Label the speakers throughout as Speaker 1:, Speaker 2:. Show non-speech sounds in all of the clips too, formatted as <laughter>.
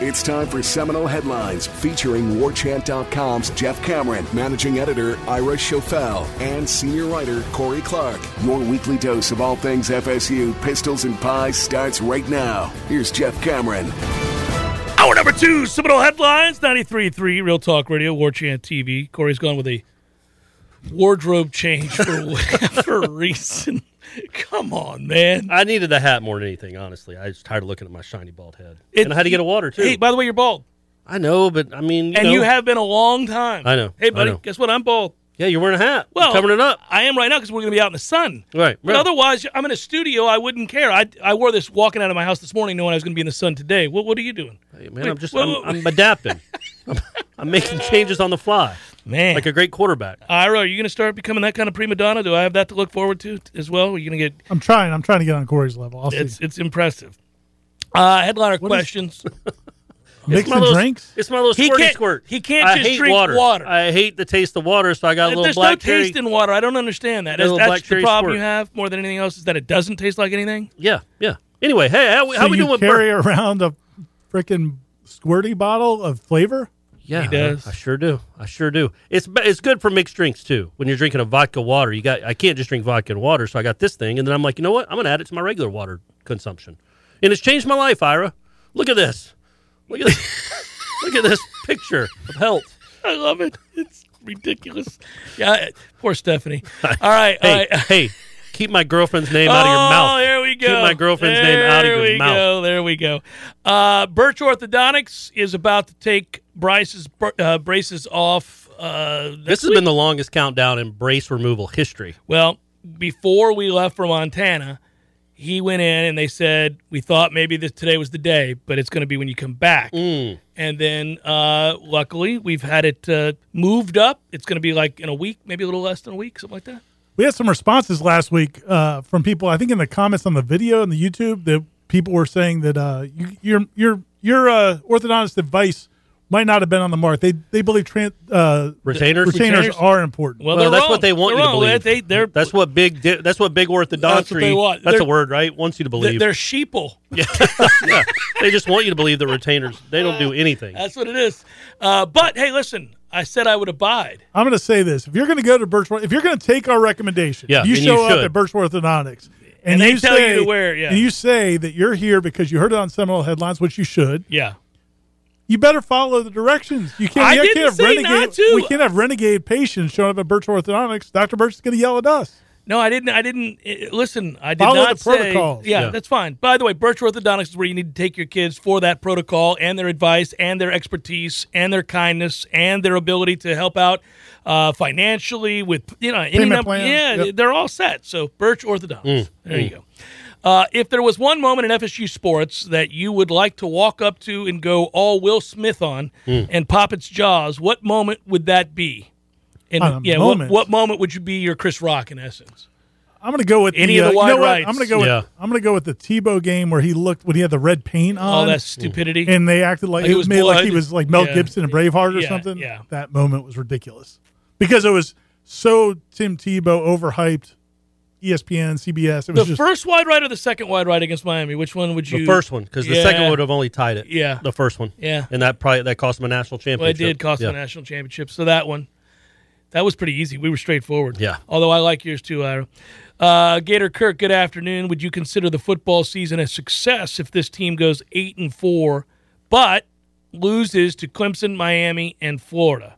Speaker 1: It's time for Seminole Headlines featuring WarChant.com's Jeff Cameron, managing editor Ira Schofel, and senior writer Corey Clark. Your weekly dose of all things FSU, pistols, and pies starts right now. Here's Jeff Cameron.
Speaker 2: Hour number two, Seminole Headlines, 93.3, Real Talk Radio, War Chant TV. Corey's gone with a wardrobe change <laughs> for whatever reason. Come on, man.
Speaker 3: I needed the hat more than anything, honestly. I was tired of looking at my shiny bald head.
Speaker 2: It-
Speaker 3: and I had to get a water, too.
Speaker 2: Hey, by the way, you're bald.
Speaker 3: I know, but I mean, you
Speaker 2: and
Speaker 3: know,
Speaker 2: you have been a long time.
Speaker 3: I know,
Speaker 2: Hey,
Speaker 3: I
Speaker 2: buddy,
Speaker 3: know.
Speaker 2: guess what? I'm bald.
Speaker 3: Yeah, you're wearing a hat. You're
Speaker 2: Well,
Speaker 3: covering it up.
Speaker 2: I am right now because we're going to be out in the sun.
Speaker 3: Right,
Speaker 2: But
Speaker 3: right.
Speaker 2: otherwise, I'm in a studio. I wouldn't care. I, I wore this walking out of my house this morning knowing I was going to be in the sun today. What, what are you doing?
Speaker 3: Hey, man,
Speaker 2: Wait,
Speaker 3: I'm just,
Speaker 2: whoa,
Speaker 3: I'm,
Speaker 2: whoa. <laughs>
Speaker 3: I'm adapting. I'm, I'm making changes on the fly,
Speaker 2: Man.
Speaker 3: like a great quarterback.
Speaker 2: Ira, are you going to start becoming that kind of prima donna? Do I have that to look forward to t- as well? Are you going to get
Speaker 4: I'm trying. I'm trying to get on Corey's level. I'll
Speaker 2: it's
Speaker 4: see.
Speaker 2: it's impressive. Uh, headliner <laughs> questions.
Speaker 4: Mix
Speaker 3: my
Speaker 4: and
Speaker 3: little-
Speaker 4: drinks.
Speaker 3: It's my little
Speaker 2: He
Speaker 3: squirty
Speaker 2: can't-
Speaker 3: squirt.
Speaker 2: he can't
Speaker 3: I
Speaker 2: just
Speaker 3: hate
Speaker 2: drink
Speaker 3: water.
Speaker 2: water.
Speaker 3: I hate the taste of water, so I got a little
Speaker 2: There's no
Speaker 3: black cherry.
Speaker 2: taste in water. I don't understand that.
Speaker 3: A
Speaker 2: That's,
Speaker 3: little
Speaker 2: that's
Speaker 3: black
Speaker 2: the
Speaker 3: cherry
Speaker 2: problem
Speaker 3: squirt.
Speaker 2: you have more than anything else is that it doesn't taste like anything.
Speaker 3: yeah, yeah. Anyway, hey, how, we-
Speaker 4: So
Speaker 3: how we
Speaker 4: you
Speaker 3: doing with
Speaker 4: carry
Speaker 3: Bert?
Speaker 4: around a freaking squirty bottle of flavor?
Speaker 3: Yeah,
Speaker 2: He does.
Speaker 3: I, I sure do. I sure do. It's be- it's good for mixed drinks too. When you're drinking a vodka water, you got I can't just drink vodka and water, so I got this thing, and then I'm like, you know what? I'm gonna add it to my regular water consumption, and it's changed my life, Ira. Look at this. Look at this. <laughs> Look at this picture of health.
Speaker 2: I love it. It's ridiculous. yeah, poor Stephanie. All right,
Speaker 3: <laughs>
Speaker 2: all
Speaker 3: Hey,
Speaker 2: right.
Speaker 3: hey, keep my girlfriend's name out of your
Speaker 2: Oh,
Speaker 3: mouth.
Speaker 2: there we go.
Speaker 3: Keep my girlfriend's name out of your
Speaker 2: There we
Speaker 3: mouth.
Speaker 2: go. There we go. Uh, Birch Orthodontics is about to take Bryce's br- uh, braces off. Uh,
Speaker 3: This has been the longest countdown in brace removal history.
Speaker 2: Well, before we left for Montana, he went in and they said, We thought maybe this, today was the day, but it's going to be when you come back. And then uh, luckily, we've had it uh, moved up. It's going to be like in a week, maybe a little less than a week, something like that.
Speaker 4: We had some responses last week uh, from people. I think in the comments on the video and the YouTube that people were saying that uh, you, your your your uh, orthodontist advice might not have been on the mark. They they believe tran uh,
Speaker 3: Retainers?
Speaker 4: retainers,
Speaker 2: Retainers?
Speaker 4: are important.
Speaker 2: Well,
Speaker 3: Well,
Speaker 2: they're
Speaker 3: that's
Speaker 2: wrong.
Speaker 3: what they want
Speaker 2: They're
Speaker 3: you to
Speaker 2: wrong.
Speaker 3: believe.
Speaker 2: They- they- they're-
Speaker 3: that's what big. di- That's what big orthodontry.
Speaker 2: That's what they want.
Speaker 3: That's
Speaker 2: They're-
Speaker 3: a word, right? Wants you to believe.
Speaker 2: They're sheeple.
Speaker 3: yeah, they just want you to believe the retainers. They don't do anything.
Speaker 2: That's what it is. Uh, but hey, listen, I said I would abide.
Speaker 4: I'm going to say this: if you're going to go to Birchworth, if you're going to take our recommendation,
Speaker 3: Yeah,
Speaker 4: you
Speaker 3: and
Speaker 4: show
Speaker 3: you
Speaker 4: up
Speaker 3: should.
Speaker 4: at Birchworth Orthodontics, and,
Speaker 2: And they
Speaker 4: you
Speaker 2: tell you
Speaker 4: say,
Speaker 2: to wear, yeah.
Speaker 4: and you say that you're here because you heard it on Seminole headlines, which you should.
Speaker 2: Yeah.
Speaker 4: You better follow the directions. You can't.
Speaker 2: I
Speaker 4: you
Speaker 2: didn't
Speaker 4: can't have
Speaker 2: say
Speaker 4: renegade.
Speaker 2: not to.
Speaker 4: We can't have renegade patients showing up at Birch Orthodontics. Doctor Birch is going to yell at us.
Speaker 2: No, I didn't. I didn't. eh, Listen, I did
Speaker 4: Follow
Speaker 2: not
Speaker 4: the
Speaker 2: say-
Speaker 4: protocols.
Speaker 2: Yeah,
Speaker 3: Yeah.
Speaker 2: that's fine. By the way, Birch Orthodontics is where you need to take your kids for that protocol and their advice and their expertise and their kindness and their ability to help out uh, financially with you know any
Speaker 4: Payment
Speaker 2: number-
Speaker 4: plan.
Speaker 2: Yeah,
Speaker 4: Yep. Mm.
Speaker 2: they're all set. So Birch Orthodontics. There you go. Uh, if there was one moment in FSU sports that you would like to walk up to and go all Will Smith on
Speaker 4: Mm.
Speaker 2: and pop its jaws, what moment would that be? And
Speaker 4: On a
Speaker 2: yeah, what,
Speaker 4: moment.
Speaker 2: what moment would you be your Chris Rock in essence?
Speaker 4: I'm going to go with
Speaker 2: Any
Speaker 4: the,
Speaker 2: of the
Speaker 4: uh,
Speaker 2: wide
Speaker 4: you know what?
Speaker 2: rights.
Speaker 4: I'm going to go.
Speaker 3: Yeah.
Speaker 4: With, I'm going to go with the Tebow game where he looked when he had the red paint
Speaker 2: all
Speaker 4: on.
Speaker 2: that stupidity.
Speaker 4: and they acted like,
Speaker 2: Like it
Speaker 4: it
Speaker 2: was
Speaker 4: was made like he
Speaker 2: blood.
Speaker 4: was like Mel
Speaker 2: Yeah.
Speaker 4: Gibson and Braveheart or
Speaker 2: Yeah,
Speaker 4: something.
Speaker 2: yeah.
Speaker 4: That moment was ridiculous because it was so Tim Tebow overhyped. E ESPN, CBS. It was
Speaker 2: the
Speaker 4: just
Speaker 2: first wide right or the second wide right against Miami? Which one would you?
Speaker 3: the first one, because the
Speaker 2: Yeah.
Speaker 3: second would have only tied it.
Speaker 2: Yeah.
Speaker 3: the first one.
Speaker 2: Yeah.
Speaker 3: and that probably that cost them a national championship.
Speaker 2: Well, it did cost
Speaker 3: yeah.
Speaker 2: the national championship. So that one, that was pretty easy. We were straightforward.
Speaker 3: Yeah.
Speaker 2: Although I like yours too, Ira.
Speaker 1: Uh, Gator Kirk, good afternoon. Would you consider the football season a success if this team goes eight and four, but loses to Clemson, Miami, and Florida?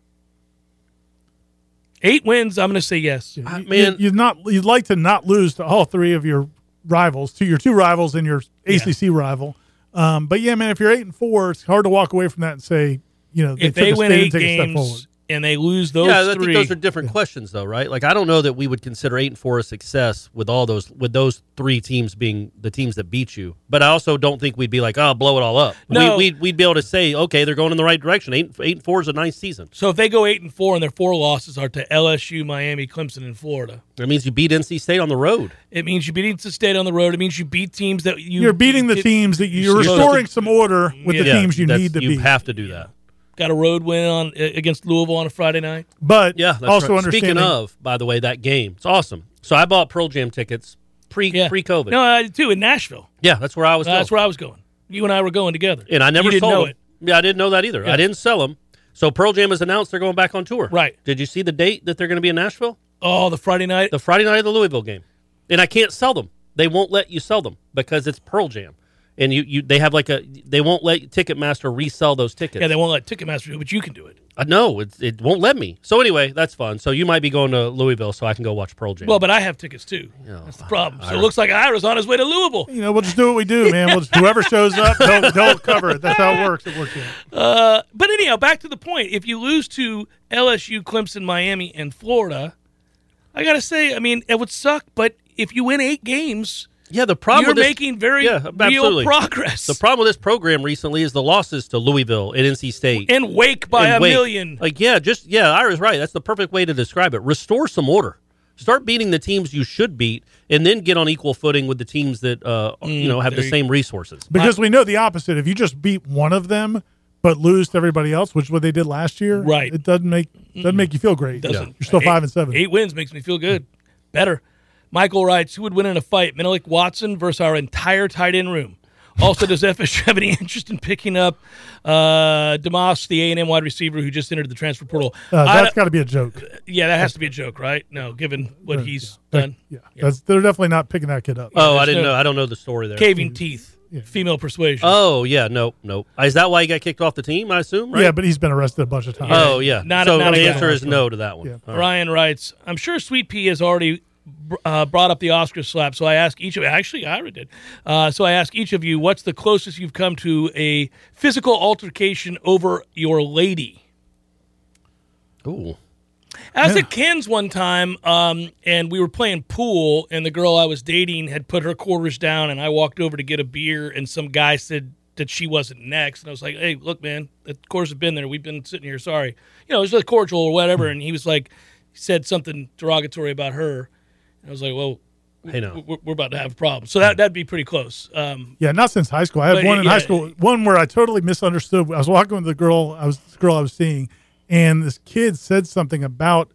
Speaker 1: Eight wins. I'm going to say yes.
Speaker 3: I-
Speaker 2: You,
Speaker 3: man,
Speaker 2: you'd not you'd like to not lose to all three of your rivals, to your two rivals and your ACC rival. Um, but yeah, man, if you're eight and four, it's hard to walk away from that and say, you know, they
Speaker 1: if they
Speaker 2: took a,
Speaker 1: win
Speaker 2: they
Speaker 1: eight
Speaker 2: didn't take a step forward.
Speaker 1: games and they lose those
Speaker 3: yeah, I
Speaker 1: three,
Speaker 3: think those are different questions, though, right? Like, I don't know that we would consider eight and four a success with all those with those three teams being the teams that beat you. But I also don't think we'd be like, oh, blow it all up.
Speaker 1: No.
Speaker 3: we, we'd, we'd be able to say, okay, they're going in the right direction. Eight eight and four is a nice season.
Speaker 1: so if they go eight and four and their four losses are to LSU, Miami, Clemson, and Florida,
Speaker 3: That means you beat NC State on the road.
Speaker 1: it means you beat Insta State on the road. It means you beat teams that you
Speaker 2: You're beating the
Speaker 1: did-
Speaker 2: teams that you're
Speaker 3: supposed
Speaker 2: restoring
Speaker 3: to-
Speaker 2: some order with the
Speaker 1: Yeah,
Speaker 2: teams you
Speaker 3: that's-
Speaker 2: need to
Speaker 3: you
Speaker 2: beat.
Speaker 3: have to do that.
Speaker 1: Got a road win on against Louisville on a Friday night.
Speaker 2: but
Speaker 3: Yeah, that's
Speaker 2: also
Speaker 3: right.
Speaker 2: understanding
Speaker 3: Speaking of, by the way, that game, it's awesome. So I bought Pearl Jam tickets pre
Speaker 1: Yeah.
Speaker 3: pre COVID.
Speaker 1: No, Uh, I did too in Nashville.
Speaker 3: yeah, that's where I was.
Speaker 1: That's
Speaker 3: going.
Speaker 1: where I was going. You and I were going together.
Speaker 3: and I never
Speaker 1: you didn't
Speaker 3: sold
Speaker 1: know
Speaker 3: them.
Speaker 1: it.
Speaker 3: Yeah, I didn't know that either.
Speaker 1: Yeah.
Speaker 3: I didn't sell them. So Pearl Jam has announced they're going back on tour.
Speaker 1: Right.
Speaker 3: Did you see the date that they're going to be in Nashville?
Speaker 1: Oh, the Friday night.
Speaker 3: The Friday night of the Louisville game. And I can't sell them. They won't let you sell them because it's Pearl Jam. And you, you they have like a they won't let Ticketmaster resell those tickets.
Speaker 1: yeah, they won't let Ticketmaster do it, but you can do it.
Speaker 3: I know Uh, it, it won't let me. So anyway, that's fun. So you might be going to Louisville so I can go watch Pearl Jam.
Speaker 1: Well, but I have tickets too. That's the problem. So it looks like Ira's on his way to Louisville.
Speaker 2: you know, we'll just do what we do, man. We'll just, whoever shows up, they'll, they'll cover it. That's how it works. It works. Yeah.
Speaker 1: Uh, but anyhow, back to the point. If you lose to LSU, Clemson, Miami, and Florida, I gotta say, I mean, it would suck. But if you win eight games,
Speaker 3: yeah, the problem
Speaker 1: you're
Speaker 3: with this-
Speaker 1: making very
Speaker 3: yeah,
Speaker 1: real
Speaker 3: absolutely.
Speaker 1: progress.
Speaker 3: The problem with this program recently is the losses to Louisville and NC State.
Speaker 1: and Wake by
Speaker 3: and
Speaker 1: a
Speaker 3: wait.
Speaker 1: million.
Speaker 3: Like, yeah, just yeah, Ira's right. That's the perfect way to describe it. Restore some order. Start beating the teams you should beat, and then get on equal footing with the teams that uh,
Speaker 1: Mm,
Speaker 3: you know have the same resources.
Speaker 2: Because we know the opposite. If you just beat one of them but lose to everybody else, which is what they did last year,
Speaker 1: Right.
Speaker 2: It doesn't make doesn't make you feel great.
Speaker 1: Doesn't.
Speaker 2: You're still
Speaker 1: Eight-
Speaker 2: five and seven.
Speaker 1: Eight wins makes me feel good. Better. Michael writes, who would win in a fight, Menelik Watson versus our entire tight end room? Also, does <laughs> FSU have any interest in picking up uh, Demas, the A&M wide receiver who just entered the transfer portal?
Speaker 2: Uh,
Speaker 1: I
Speaker 2: that's
Speaker 1: don't- Uh,
Speaker 2: got to be a joke.
Speaker 1: yeah, that has to be a joke, right? No, given what he's done.
Speaker 2: Yeah, That's, they're definitely not picking that kid up.
Speaker 3: Oh, I
Speaker 1: there's
Speaker 3: didn't
Speaker 1: no-
Speaker 3: know. I don't know the story there.
Speaker 1: Caving teeth, female persuasion.
Speaker 3: Oh yeah, no, no. Is that why he got kicked off the team? I assume. Right?
Speaker 2: Yeah, but he's been arrested a bunch of times.
Speaker 3: oh yeah.
Speaker 1: Not-
Speaker 3: so
Speaker 1: not
Speaker 3: the
Speaker 1: a
Speaker 3: answer
Speaker 1: good
Speaker 3: is no to that one.
Speaker 2: Yeah.
Speaker 3: All right.
Speaker 1: Ryan writes, I'm sure Sweet Pea has already br- uh, brought up the Oscar slap, so I ask each of actually Ira did. Uh, so I ask each of you, what's the closest you've come to a physical altercation over your lady?
Speaker 3: Ooh.
Speaker 1: I was at Ken's one time, um, and we were playing pool, and the girl I was dating had put her quarters down, and I walked over to get a beer, and some guy said that she wasn't next, and I was like, "Hey, look, man, the quarters have been there. We've been sitting here. Sorry, you know, it was just cordial or whatever." And he was like, said something derogatory about her, and I was like, "Well,
Speaker 3: Hey now.
Speaker 1: we're, we're about to have a problem." So that that'd be pretty close. Um,
Speaker 2: Yeah, not since high school. I had
Speaker 1: But,
Speaker 2: one in
Speaker 1: yeah.
Speaker 2: high school, one where I totally misunderstood. I was walking with the girl I was this girl I was seeing, and this kid said something about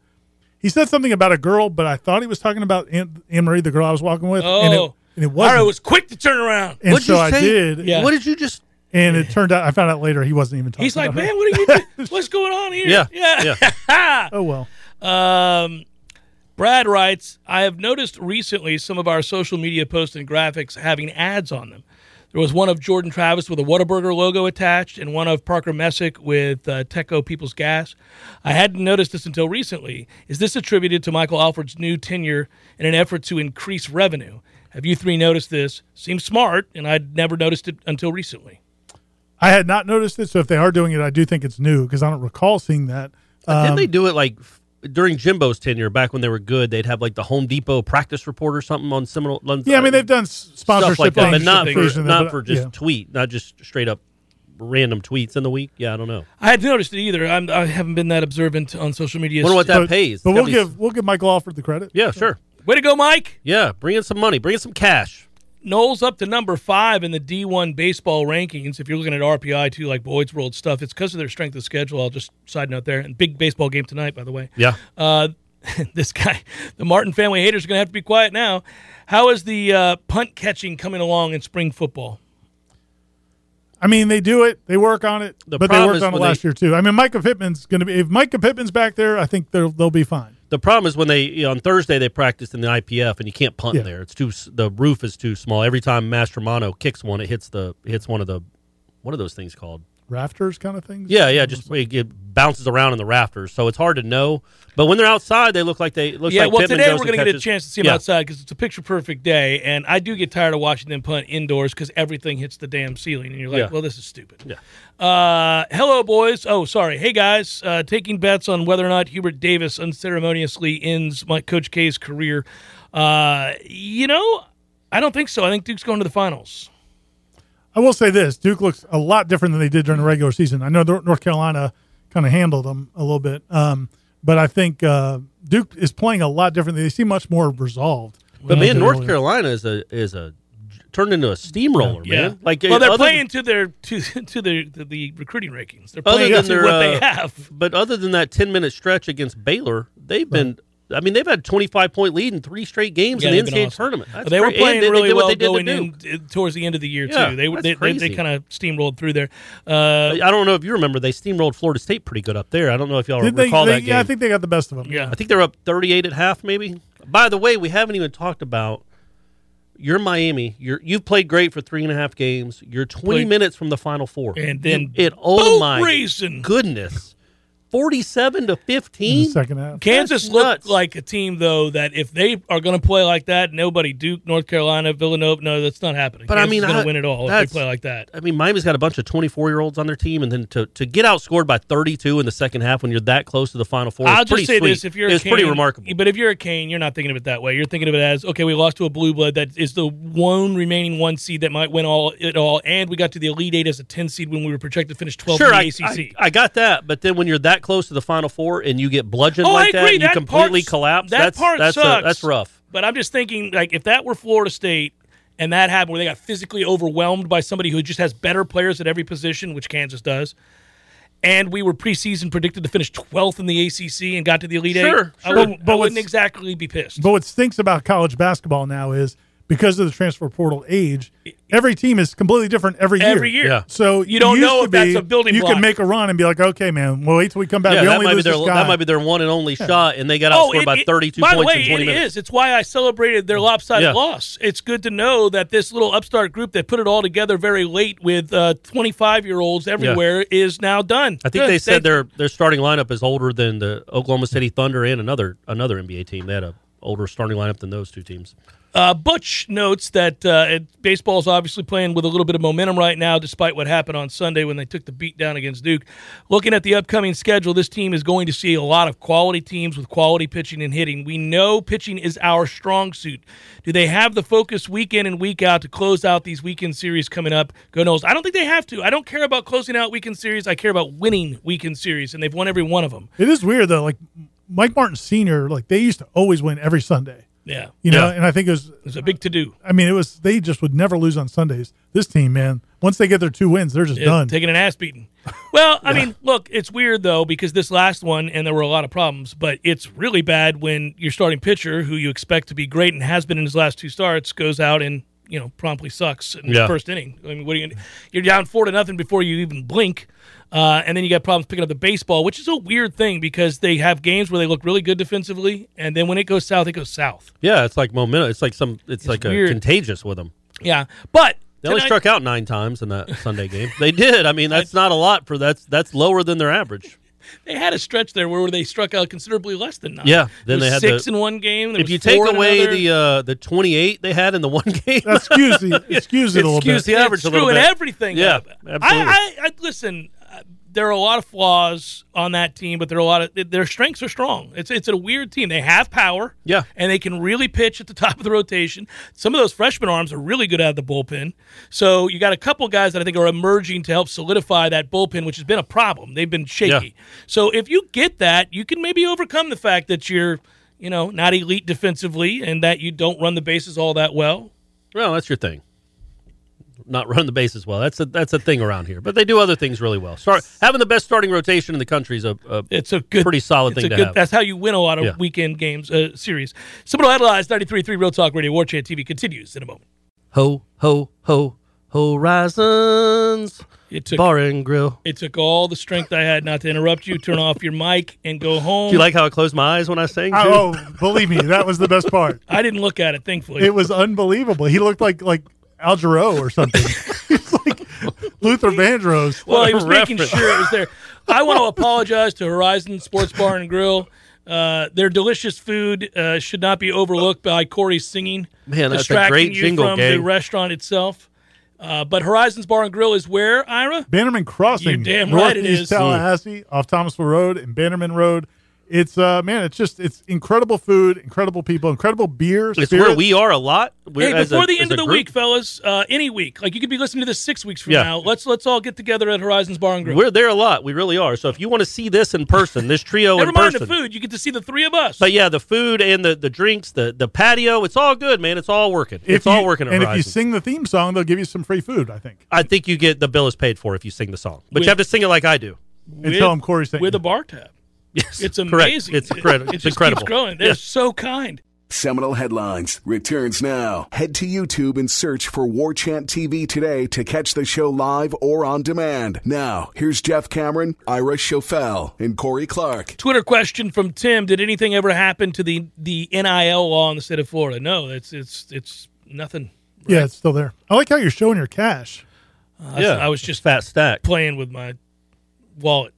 Speaker 2: he said something about a girl, but I thought he was talking about Aunt, Anne Marie, the girl I was walking with.
Speaker 1: oh,
Speaker 2: and it, and it wasn't.
Speaker 1: Ira was quick to turn around.
Speaker 2: and
Speaker 3: What'd
Speaker 2: so
Speaker 3: you
Speaker 2: I
Speaker 3: say?
Speaker 2: did.
Speaker 1: Yeah.
Speaker 3: What did you just?
Speaker 2: And it turned out I found out later he wasn't even talking.
Speaker 1: He's like,
Speaker 2: <laughs> about her.
Speaker 1: "Man, what are you? doing? What's going on here?"
Speaker 3: Yeah.
Speaker 1: yeah.
Speaker 2: Oh well.
Speaker 1: Um, Brad writes, I have noticed recently some of our social media posts and graphics having ads on them. There was one of Jordan Travis with a Whataburger logo attached and one of Parker Messick with uh, Teco People's Gas. I hadn't noticed this until recently. Is this attributed to Michael Alford's new tenure in an effort to increase revenue? Have you three noticed this? Seems smart, and I'd never noticed it until recently.
Speaker 2: I had not noticed it, so if they are doing it, I do think it's new because I don't recall seeing that. Um,
Speaker 3: Didn't they do it like f- during Jimbo's tenure back when they were good? They'd have like the Home Depot practice report or something on Seminole. on- uh,
Speaker 2: Yeah, I mean they've done s- sponsorship
Speaker 3: stuff like that, but
Speaker 2: things
Speaker 3: not
Speaker 2: occasionally,
Speaker 3: for, not
Speaker 2: but-
Speaker 3: for just
Speaker 2: yeah.
Speaker 3: tweet, not just straight up random tweets in the week. Yeah, I don't know.
Speaker 1: I hadn't noticed it either. I'm, I haven't been that observant on social media.
Speaker 3: Wonder what that
Speaker 2: but,
Speaker 3: pays.
Speaker 2: But we'll
Speaker 3: Gotta be-
Speaker 2: give we'll give Michael Alford the credit.
Speaker 3: Yeah, sure.
Speaker 1: Way to go, Mike!
Speaker 3: Yeah, bring in some money. Bring in some cash.
Speaker 1: Knowles up to number five in the D1 baseball rankings. If you're looking at RPI too, like Boyd's World stuff, it's because of their strength of schedule. I'll just side note there. And big baseball game tonight, by the way.
Speaker 3: Yeah.
Speaker 1: Uh, <laughs> this guy, the Martin family haters are going to have to be quiet now. How is the uh, punt catching coming along in spring football?
Speaker 2: I mean, they do it. They work on it,
Speaker 3: The
Speaker 2: but they
Speaker 3: problem
Speaker 2: worked
Speaker 3: is
Speaker 2: on it
Speaker 3: when they-
Speaker 2: last year too. I mean, Micah Pittman's going to be if Micah Pittman's back there, I think they'll they'll be fine.
Speaker 3: The problem is when they you know, on Thursday they practiced in the IPF and you can't punt
Speaker 2: Yeah.
Speaker 3: there. It's too s- the roof is too small. Every time Master Mono kicks one, it hits the hits one of the what are those things called?
Speaker 2: rafters kind of things.
Speaker 3: Yeah, yeah, just it, it bounces around in the rafters, so it's hard to know. But when they're outside, they look like they it looks
Speaker 1: yeah,
Speaker 3: like
Speaker 1: well,
Speaker 3: Pittman
Speaker 1: today
Speaker 3: goes
Speaker 1: we're
Speaker 3: and
Speaker 1: going to get a
Speaker 3: catches-
Speaker 1: chance to see him
Speaker 3: Yeah.
Speaker 1: outside because it's a picture perfect day, and I do get tired of watching them punt indoors because everything hits the damn ceiling, and you're like,
Speaker 3: Yeah.
Speaker 1: well, this is stupid. Yeah. Uh, hello, boys. Oh, sorry. Hey, guys. Uh, taking bets on whether or not Hubert Davis unceremoniously ends my Coach K's career. Uh, you know, I don't think so. I think Duke's going to the finals.
Speaker 2: I will say this: Duke looks a lot different than they did during the regular season. I know Nor- North Carolina kind of handled them a little bit, um, but I think uh, Duke is playing a lot differently. They seem much more resolved.
Speaker 3: But man, North Carolina
Speaker 2: Carolina.
Speaker 3: is a is a turned into a steamroller, man. Like
Speaker 1: well, they're
Speaker 3: other-
Speaker 1: playing to their to to the to the recruiting rankings. They're
Speaker 3: Other
Speaker 1: playing
Speaker 3: than
Speaker 1: to
Speaker 3: their,
Speaker 1: what
Speaker 3: uh,
Speaker 1: they have.
Speaker 3: But other than that 10 minute stretch against Baylor, they've been. I mean, they've had 25 point lead in three straight games
Speaker 1: Yeah,
Speaker 3: in
Speaker 1: they've
Speaker 3: the
Speaker 1: been
Speaker 3: NCAA
Speaker 1: awesome.
Speaker 3: tournament. That's
Speaker 1: they were
Speaker 3: great. And
Speaker 1: playing
Speaker 3: they- they
Speaker 1: really
Speaker 3: did what
Speaker 1: well
Speaker 3: they did to
Speaker 1: going
Speaker 3: Duke.
Speaker 1: in uh, towards the end of the year
Speaker 3: Yeah,
Speaker 1: too. They were
Speaker 3: that's
Speaker 1: they, they, they
Speaker 3: crazy.
Speaker 1: kind of steamrolled through there. Uh,
Speaker 3: I don't know if you remember, they steamrolled Florida State pretty good up there. I don't know if y'all
Speaker 2: Did they,
Speaker 3: recall
Speaker 2: they-
Speaker 3: that game.
Speaker 2: Yeah, I think they got the best of them.
Speaker 1: yeah,
Speaker 3: I think they're up 38 at half, maybe. By the way, we haven't even talked about. You're Miami. You're you've played great for three and a half games. You're 20
Speaker 1: Played-
Speaker 3: minutes from the final four,
Speaker 1: And then
Speaker 3: it. Oh
Speaker 1: boat
Speaker 3: my
Speaker 1: racing.
Speaker 3: goodness, 47 to
Speaker 2: in
Speaker 3: 15.
Speaker 2: the second half.
Speaker 1: Kansas
Speaker 3: That's
Speaker 1: looked
Speaker 3: nuts.
Speaker 1: like a team though that if they are going to play like that, nobody Duke, North Carolina, Villanova, no, that's not happening.
Speaker 3: But I
Speaker 1: Kansas
Speaker 3: mean,
Speaker 1: going
Speaker 3: I-
Speaker 1: to win it all if
Speaker 3: that's-
Speaker 1: they play like that.
Speaker 3: I mean, Miami's got a bunch of 24 year olds on their team, and then to, to get outscored by 32 in the second half when you're that close to the final four,
Speaker 1: I'll
Speaker 3: is pretty
Speaker 1: just say
Speaker 3: sweet.
Speaker 1: this: if you're
Speaker 3: it's
Speaker 1: a Kane,
Speaker 3: pretty remarkable.
Speaker 1: But if you're a Kane, you're not thinking of it that way. You're thinking of it as okay, we lost to a blue blood that is the one remaining one seed that might win all it all, and we got to the elite eight as a ten seed when we were projected to finish 12
Speaker 3: Sure,
Speaker 1: in the
Speaker 3: I,
Speaker 1: ACC.
Speaker 3: I, I got that, but then when you're that close to the final four and you get bludgeoned
Speaker 1: Oh, I
Speaker 3: like that,
Speaker 1: agree.
Speaker 3: and you
Speaker 1: That
Speaker 3: completely
Speaker 1: part's-
Speaker 3: collapse.
Speaker 1: that
Speaker 3: that's
Speaker 1: part
Speaker 3: that's a-
Speaker 1: sucks.
Speaker 3: that's rough.
Speaker 1: But I'm just thinking, like, if that were Florida State and that happened where they got physically overwhelmed by somebody who just has better players at every position, which Kansas does, and we were preseason predicted to finish 12th in the ACC and got to the Elite Eight,
Speaker 3: Sure,
Speaker 1: I
Speaker 3: sure.
Speaker 1: wouldn't,
Speaker 2: But
Speaker 1: I wouldn't
Speaker 2: what's-
Speaker 1: exactly be pissed.
Speaker 2: But what stinks about college basketball now is because of the transfer portal age, every team is completely different every year.
Speaker 1: Every year. Yeah.
Speaker 2: So
Speaker 1: You don't
Speaker 2: it used
Speaker 1: know
Speaker 2: to
Speaker 1: if that's
Speaker 2: be,
Speaker 1: a building
Speaker 2: You
Speaker 1: block.
Speaker 2: can make a run and be like, okay, man, well, wait till we come back.
Speaker 3: Yeah,
Speaker 2: we
Speaker 3: that
Speaker 2: only
Speaker 3: might be
Speaker 2: lose
Speaker 3: their
Speaker 2: this guy.
Speaker 3: that might be their one and only shot, and they got outscored
Speaker 1: Oh, it-
Speaker 3: by
Speaker 1: it-
Speaker 3: 32
Speaker 1: by the
Speaker 3: points
Speaker 1: way,
Speaker 3: in 20
Speaker 1: it
Speaker 3: minutes. Mm.
Speaker 1: is. It's why I celebrated their lopsided
Speaker 3: Yeah.
Speaker 1: loss. It's good to know that this little upstart group that put it all together very late with 25 year olds everywhere is now done.
Speaker 3: I think
Speaker 1: Good.
Speaker 3: they said
Speaker 1: They-
Speaker 3: their their starting lineup is older than the Oklahoma City Thunder and another another NBA team. They had a older starting lineup than those two teams.
Speaker 1: Uh, Butch notes that uh, it- baseball's obviously playing with a little bit of momentum right now, despite what happened on Sunday when they took the beat down against Duke. Looking at the upcoming schedule, this team is going to see a lot of quality teams with quality pitching and hitting. We know pitching is our strong suit. Do they have the focus week in and week out to close out these weekend series coming up? Go knows. I don't think they have to. I don't care about closing out weekend series. I care about winning weekend series, and they've won every one of them.
Speaker 2: It is weird though. Like Mike Martin Senior, like they used to always win every Sunday.
Speaker 1: Yeah,
Speaker 2: You know,
Speaker 3: Yeah.
Speaker 2: and I think it was.
Speaker 1: it's a big to do.
Speaker 2: I mean, it was they just would never lose on Sundays. This team, man, once they get their two wins, they're just
Speaker 1: Yeah,
Speaker 2: done.
Speaker 1: Taking an ass beating. Well, I mean, look, it's weird though because this last one, and there were a lot of problems, but it's really bad when your starting pitcher, who you expect to be great and has been in his last two starts, goes out and you know promptly sucks in the
Speaker 3: Yeah.
Speaker 1: first inning. I mean, what are you? Gonna, you're down four to nothing before you even blink. Uh, and then you got problems picking up the baseball, which is a weird thing because they have games where they look really good defensively, and then when it goes south, it goes south.
Speaker 3: Yeah, it's like momentum. It's like some. It's, like
Speaker 1: weird.
Speaker 3: a contagious with them.
Speaker 1: Yeah, but
Speaker 3: They only
Speaker 1: tonight-
Speaker 3: struck out nine times in that Sunday game. They did. I
Speaker 1: <laughs>
Speaker 3: mean, that's not a lot for that's that's lower than their average.
Speaker 1: they had a stretch there where they struck out considerably less than nine.
Speaker 3: Yeah,
Speaker 1: There
Speaker 3: then
Speaker 1: was
Speaker 3: they had
Speaker 1: six
Speaker 3: the-
Speaker 1: in one game. there
Speaker 3: If
Speaker 1: was
Speaker 3: you take
Speaker 1: four in
Speaker 3: away
Speaker 1: another.
Speaker 3: the uh, the twenty eight they had in the <laughs> one game,
Speaker 2: That skews the excuse it a little
Speaker 3: Excuse
Speaker 2: bit.
Speaker 3: the average a
Speaker 1: It's
Speaker 3: little
Speaker 1: screwing
Speaker 3: bit.
Speaker 1: everything.
Speaker 3: Yeah,
Speaker 1: up. I,
Speaker 3: absolutely.
Speaker 1: I, I listen. uh, There are a lot of flaws on that team, but there are a lot of their strengths are strong. It's it's a weird team. They have power.
Speaker 3: Yeah.
Speaker 1: and they can really pitch at the <laughs> top of the rotation. Some of those freshman arms are really good out of the bullpen. So you got a couple guys that I think are emerging to help solidify that bullpen, which has been a problem. They've been shaky. So if you get that, you can maybe overcome the fact that you're. You know, not elite defensively, and that you don't run the bases all that well.
Speaker 3: well, that's your thing. Not run the bases well. That's a that's a thing around here. But they do other things really well. Start having the best starting rotation in the country is a, a
Speaker 1: It's a good,
Speaker 3: pretty solid
Speaker 1: it's
Speaker 3: thing
Speaker 1: a
Speaker 3: to
Speaker 1: good-
Speaker 3: have.
Speaker 1: That's how you win a lot of
Speaker 3: Yeah.
Speaker 1: weekend games uh, series. Seminole Headlines, 93.3 Real Talk Radio, War Chant TV continues in a moment.
Speaker 3: ho ho ho Horizons
Speaker 1: It took
Speaker 3: Bar and Grill.
Speaker 1: it took all the strength I had not to interrupt you. Turn off your mic and go home.
Speaker 3: Do you like how I closed my eyes when I sang? Too?
Speaker 2: Oh, believe me, that was the best part.
Speaker 1: I didn't look at it, thankfully.
Speaker 2: It was unbelievable. He looked like like Al Jarreau or something. <laughs> He's like Luther Vandross.
Speaker 1: well, he
Speaker 3: a
Speaker 1: was making
Speaker 3: reference.
Speaker 1: sure it was
Speaker 3: <laughs>
Speaker 1: there. I want to apologize to Horizon Sports Bar and Grill. Uh, their delicious food uh, should not be overlooked by Corey's singing.
Speaker 3: Man, that's a
Speaker 1: distracting
Speaker 3: great
Speaker 1: you
Speaker 3: jingle,
Speaker 1: from the
Speaker 3: gang.
Speaker 1: restaurant itself. Uh, but Horizons Bar and Grill is where, Ira?
Speaker 2: Bannerman Crossing.
Speaker 1: You're damn right it
Speaker 2: Northeast
Speaker 1: is.
Speaker 2: Tallahassee off Thomasville Road and Bannerman Road. It's uh man, it's just it's incredible food, incredible people, incredible beer.
Speaker 3: it's
Speaker 2: spirits.
Speaker 3: where we are a lot. We're,
Speaker 1: hey,
Speaker 3: as a-
Speaker 1: before the
Speaker 3: as
Speaker 1: end
Speaker 3: a
Speaker 1: of the
Speaker 3: group,
Speaker 1: week, fellas, uh, any week, like you could be listening to this six weeks from
Speaker 3: Yeah.
Speaker 1: now. Let's let's all get together at Horizons Bar and Grill.
Speaker 3: we're there a lot. We really are. So if you want to see this in person, this trio
Speaker 1: Never
Speaker 3: in
Speaker 1: mind
Speaker 3: person,
Speaker 1: the food; you get to see the three of us.
Speaker 3: But yeah, the food and the, the drinks, the, the patio, it's all good, man. It's all working.
Speaker 2: If
Speaker 3: it's all
Speaker 2: you-
Speaker 3: working. At
Speaker 2: And if you
Speaker 3: Horizon.
Speaker 2: sing the theme song, they'll give you some free food, I think.
Speaker 3: I think you get the bill is paid for if you sing the song, but
Speaker 1: With-
Speaker 3: you have to sing it like I do.
Speaker 2: And tell them Corey sent
Speaker 1: with
Speaker 2: you.
Speaker 1: a bar tab.
Speaker 3: <laughs> Yes,
Speaker 1: It's
Speaker 3: correct.
Speaker 1: amazing.
Speaker 3: It's incredible.
Speaker 1: It
Speaker 3: It's
Speaker 1: just
Speaker 3: incredible.
Speaker 1: keeps growing. They're so kind.
Speaker 5: Seminal Headlines returns now. Head to YouTube and search for War Chant TV today to catch the show live or on demand. Now, here's Jeff Cameron, Ira Schofel, and Corey Clark.
Speaker 1: Twitter question from Tim: Did anything ever happen to the the NIL law in the state of Florida? No, it's it's it's nothing.
Speaker 2: Yeah, it's still there. I like how you're showing your cash.
Speaker 1: I,
Speaker 3: Yeah.
Speaker 1: I was just
Speaker 3: fat stack.
Speaker 1: playing with my wallet.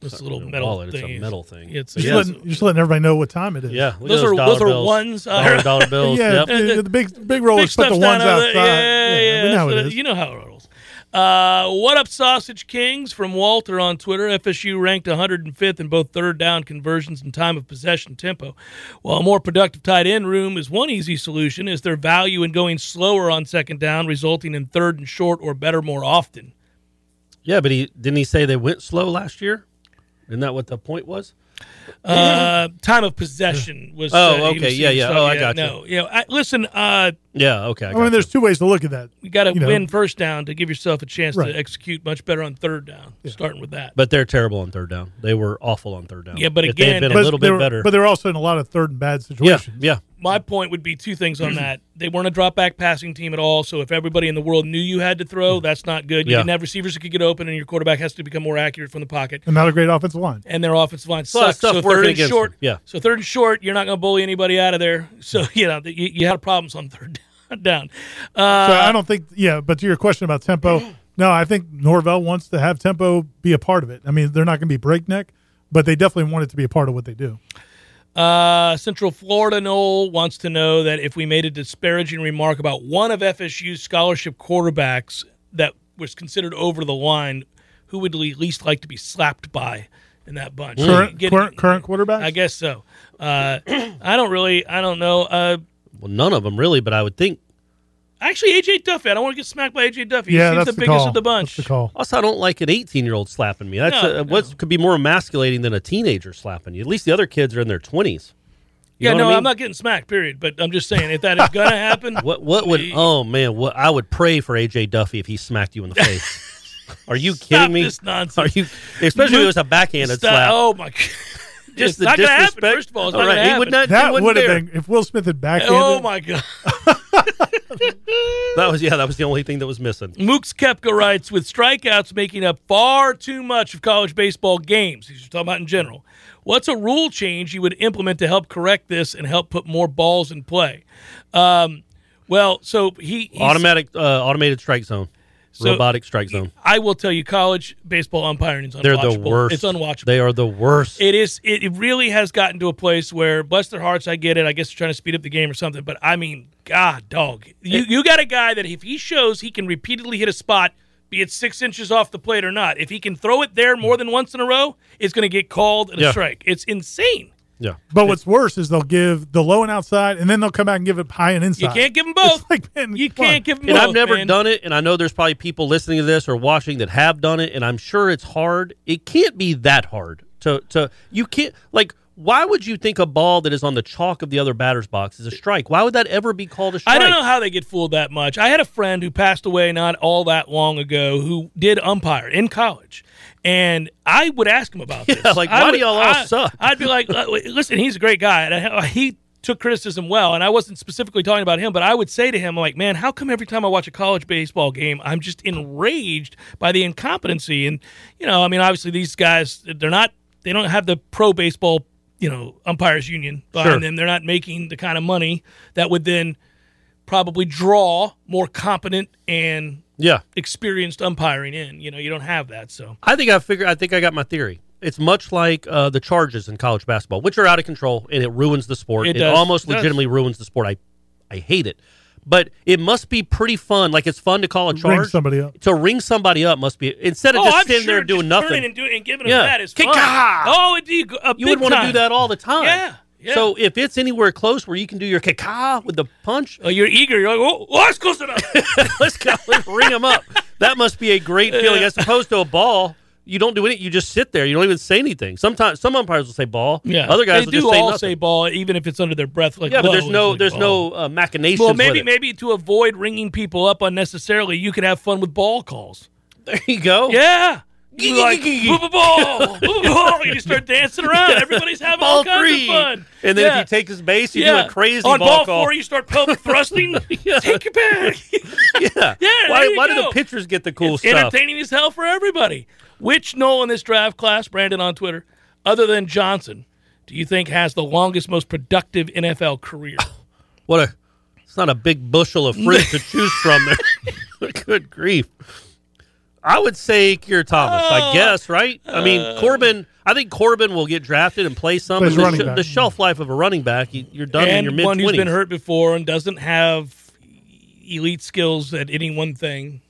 Speaker 1: This little
Speaker 3: Your
Speaker 1: metal
Speaker 3: wallet, Hmm. it's a
Speaker 1: thing.
Speaker 3: metal thing.
Speaker 1: It's
Speaker 2: Just,
Speaker 3: Yeah.
Speaker 2: letting, you're just letting everybody know what time it is.
Speaker 3: Yeah, look at
Speaker 1: Those are-
Speaker 3: dollar
Speaker 1: those are
Speaker 3: bills.
Speaker 1: ones, uh,
Speaker 3: dollar, dollar bills.
Speaker 2: <laughs> Yeah,
Speaker 3: yep.
Speaker 2: the, the big big rollers
Speaker 1: Big
Speaker 2: put the
Speaker 1: stuff's
Speaker 2: ones
Speaker 1: down out
Speaker 2: outside.
Speaker 1: of the- Yeah, yeah, yeah.
Speaker 2: we know
Speaker 1: So
Speaker 2: it
Speaker 1: that-
Speaker 2: is.
Speaker 1: You know how it rolls. Uh, what up, Sausage Kings? From Walter on Twitter. FSU ranked 105th in both third down conversions and time of possession tempo. While a more productive tight end room is one easy solution, is their value in going slower on second down, resulting in third and short or better more often.
Speaker 3: Yeah, but he didn't he say they went slow last year? Isn't that what the point was?
Speaker 1: Uh,
Speaker 2: Mm-hmm.
Speaker 1: time of possession was.
Speaker 3: Oh,
Speaker 1: uh, he
Speaker 3: okay.
Speaker 1: was-
Speaker 3: Yeah,
Speaker 1: he was-
Speaker 3: yeah. Oh, I got you.
Speaker 1: No, you know, I, listen. Uh,
Speaker 3: Yeah, okay. I
Speaker 2: I mean,
Speaker 3: gotcha.
Speaker 2: there's two ways to look at that.
Speaker 1: you got to
Speaker 2: You know.
Speaker 1: win first down to give yourself a chance
Speaker 2: Right.
Speaker 1: to execute much better on third down. Starting with that.
Speaker 3: but they're terrible on third down. They were awful on third down.
Speaker 1: Yeah, but
Speaker 3: if they had
Speaker 1: again-
Speaker 3: been
Speaker 1: But
Speaker 3: a little
Speaker 2: they
Speaker 3: bit
Speaker 2: were-
Speaker 3: better.
Speaker 2: But they're also in a lot of third and bad
Speaker 3: yeah,
Speaker 2: situations.
Speaker 3: yeah.
Speaker 1: my point would be two things on that. <clears throat> They weren't a drop back passing team at all. So if everybody in the world knew you had to throw, that's not good. You
Speaker 3: Hmm. Yeah.
Speaker 1: didn't have receivers that could get open, and your quarterback has to become more accurate from the pocket.
Speaker 2: And not a great offensive line.
Speaker 1: And their offensive line
Speaker 3: Hmm. lot of
Speaker 1: sucks.
Speaker 3: stuff
Speaker 1: So
Speaker 3: working
Speaker 1: third and
Speaker 3: against
Speaker 1: short,
Speaker 3: them. Yeah.
Speaker 1: So third and short, you're not going to bully anybody out of there. So <laughs> you know you, you had problems on third <laughs> down. Uh,
Speaker 2: So I don't think, yeah, but to your question
Speaker 1: <clears throat>
Speaker 2: about tempo, no, I think Norvell wants to have tempo be a part of it. I mean, they're not going to be breakneck, but they definitely want it to be a part of what they do.
Speaker 1: Uh, Central Florida Noel wants to know that if we made a disparaging remark about one of FSU's scholarship quarterbacks that was considered over the line, who would we least like to be slapped by in that bunch?
Speaker 2: Current,
Speaker 1: Mm. Get-
Speaker 2: current, current quarterback?
Speaker 1: I guess so. Uh, I don't really, I don't know. Uh,
Speaker 3: Well, none of them really, but I would think.
Speaker 1: actually, AJ Duffy. I don't want to get smacked by AJ Duffy.
Speaker 2: yeah,
Speaker 1: he seems
Speaker 2: that's
Speaker 1: the, biggest
Speaker 2: call.
Speaker 1: of the bunch.
Speaker 2: That's the call.
Speaker 3: Also, I don't like an 18 year old slapping me. That's
Speaker 1: No,
Speaker 3: uh what could be more emasculating than a teenager slapping you. At least the other kids are in their 20s. You
Speaker 1: yeah,
Speaker 3: know
Speaker 1: no,
Speaker 3: what I
Speaker 1: I'm
Speaker 3: mean?
Speaker 1: not getting smacked. Period. But I'm just saying, if that is gonna happen,
Speaker 3: <laughs> What what would oh man, what I would pray for AJ Duffy if he smacked
Speaker 1: <laughs>
Speaker 3: you in the face. Are you
Speaker 1: stop
Speaker 3: kidding me?
Speaker 1: this nonsense?
Speaker 3: Are you especially if it was a backhanded
Speaker 1: Stop-
Speaker 3: slap?
Speaker 1: Oh my <laughs> god! It's
Speaker 3: Just the
Speaker 1: not gonna happen,
Speaker 3: disrespect.
Speaker 1: First of all, it's
Speaker 3: All
Speaker 1: not
Speaker 3: right,
Speaker 1: gonna
Speaker 3: he would
Speaker 1: happen.
Speaker 3: not.
Speaker 2: That would have
Speaker 3: been.
Speaker 2: been, if Will Smith had backhanded.
Speaker 1: Oh my god!
Speaker 3: That was yeah. That was the only thing that was missing.
Speaker 1: Mooks Kepka writes with strikeouts making up far too much of college baseball games. He's talking about in general. What's a rule change you would implement to help correct this and help put more balls in play? Um, well, so he he's-
Speaker 3: Automatic, uh, automated strike zone,
Speaker 1: So-
Speaker 3: robotic strike zone.
Speaker 1: I will tell you, college baseball umpiring is unwatchable.
Speaker 3: They're the worst.
Speaker 1: It's unwatchable.
Speaker 3: They are the worst.
Speaker 1: It is. It it really has gotten to a place where, bless their hearts, I get it. I guess they're trying to speed up the game or something. But I mean, God, dog, you you got a guy that if he shows he can repeatedly hit a spot, be it six inches off the plate or not, if he can throw it there more than once in a row, it's going to get called and
Speaker 3: Yeah.
Speaker 1: a strike. It's insane.
Speaker 3: yeah.
Speaker 2: But what's worse is they'll give the low and outside, and then they'll come out and give it high and inside.
Speaker 1: You can't give them both.
Speaker 2: It's like, man,
Speaker 1: you
Speaker 2: come on.
Speaker 1: can't give them
Speaker 3: And
Speaker 1: both.
Speaker 3: I've never
Speaker 1: man.
Speaker 3: done it, and I know there's probably people listening to this or watching that have done it, and I'm sure it's hard. It can't be that hard to to you can't like. Why would you think a ball that is on the chalk of the other batter's box is a strike? Why would that ever be called a strike?
Speaker 1: I don't know how they get fooled that much. I had a friend who passed away not all that long ago who did umpire in college. And I would ask him about this.
Speaker 3: <laughs> Yeah, like,
Speaker 1: I
Speaker 3: why do
Speaker 1: would-
Speaker 3: y'all all
Speaker 1: I-
Speaker 3: suck?
Speaker 1: I'd be like, "Li- listen, he's a great guy. And I- uh, he took criticism well, and I wasn't specifically talking about him, but I would say to him, like, man, how come every time I watch a college baseball game, I'm just enraged by the incompetency? And, you know, I mean, obviously these guys, they're not, they don't have the pro baseball, you know, umpires union behind
Speaker 3: Sure.
Speaker 1: them. They're not making the kind of money that would then probably draw more competent and
Speaker 3: Yeah.
Speaker 1: experienced umpiring in. You know, you don't have that. So,
Speaker 3: I think I figured. I think I got my theory. It's much like uh, the charges in college basketball, which are out of control and it ruins the sport.
Speaker 1: It does.
Speaker 3: almost
Speaker 1: It does.
Speaker 3: legitimately ruins the sport. I, I hate it, but it must be pretty fun. Like it's fun to call a charge.
Speaker 2: somebody up.
Speaker 3: To ring somebody up must be instead of
Speaker 1: oh,
Speaker 3: just
Speaker 1: I'm
Speaker 3: sitting
Speaker 1: sure
Speaker 3: there doing
Speaker 1: just
Speaker 3: nothing.
Speaker 1: turning and, doing, and giving them
Speaker 3: Yeah.
Speaker 1: that is fun.
Speaker 3: Kick-ah!
Speaker 1: Oh, it'd be a
Speaker 3: you would
Speaker 1: want to
Speaker 3: to do that all the time.
Speaker 1: Yeah, yeah.
Speaker 3: So if it's anywhere close where you can do your kaka with the punch,
Speaker 1: Oh, you're eager. You're like, oh, oh that's
Speaker 3: <laughs>
Speaker 1: close enough.
Speaker 3: let's go let's ring them up. That must be a great feeling as opposed to a ball. You don't do anything. You just sit there. You don't even say anything. Sometimes some umpires will say ball.
Speaker 1: yeah,
Speaker 3: Other guys
Speaker 1: they
Speaker 3: will
Speaker 1: do
Speaker 3: just say
Speaker 1: all
Speaker 3: nothing.
Speaker 1: say ball, even if it's under their breath. Like,
Speaker 3: yeah, but
Speaker 1: low,
Speaker 3: there's no
Speaker 1: it's like,
Speaker 3: there's
Speaker 1: ball.
Speaker 3: no uh, machinations.
Speaker 1: Well,
Speaker 3: with
Speaker 1: maybe
Speaker 3: it.
Speaker 1: maybe to avoid ringing people up unnecessarily, you can have fun with ball calls.
Speaker 3: there you go.
Speaker 1: Yeah. You like
Speaker 3: <laughs>
Speaker 1: ball, ball, ball. You just start dancing around. Everybody's having all
Speaker 3: Ball
Speaker 1: kinds
Speaker 3: three.
Speaker 1: of fun.
Speaker 3: And then
Speaker 1: Yeah.
Speaker 3: if you take his base, you
Speaker 1: yeah.
Speaker 3: do a crazy
Speaker 1: on
Speaker 3: ball, call.
Speaker 1: four. You start pelvic thrusting. Take it back.
Speaker 3: <laughs> yeah.
Speaker 1: there
Speaker 3: why
Speaker 1: you
Speaker 3: why do the
Speaker 1: go.
Speaker 3: pitchers get the cool
Speaker 1: it's
Speaker 3: stuff?
Speaker 1: entertaining as hell for everybody. Which Noel in this draft class, Brandon on Twitter, other than Johnson, do you think has the longest, most productive NFL career?
Speaker 3: <laughs> What a it's not a big bushel of fruit
Speaker 1: <laughs>
Speaker 3: to choose from there. <laughs> Good grief. I would say Kier Thomas,
Speaker 1: Oh.
Speaker 3: I guess, right? I
Speaker 1: Uh.
Speaker 3: mean, Corbin. I think Corbin will get drafted and play some.
Speaker 2: Plays
Speaker 3: but The,
Speaker 2: running back.
Speaker 3: the shelf life of a running back, you- you're done in
Speaker 1: and
Speaker 3: your mid
Speaker 1: one who's been
Speaker 3: twenties.
Speaker 1: hurt before and doesn't have elite skills at any one thing.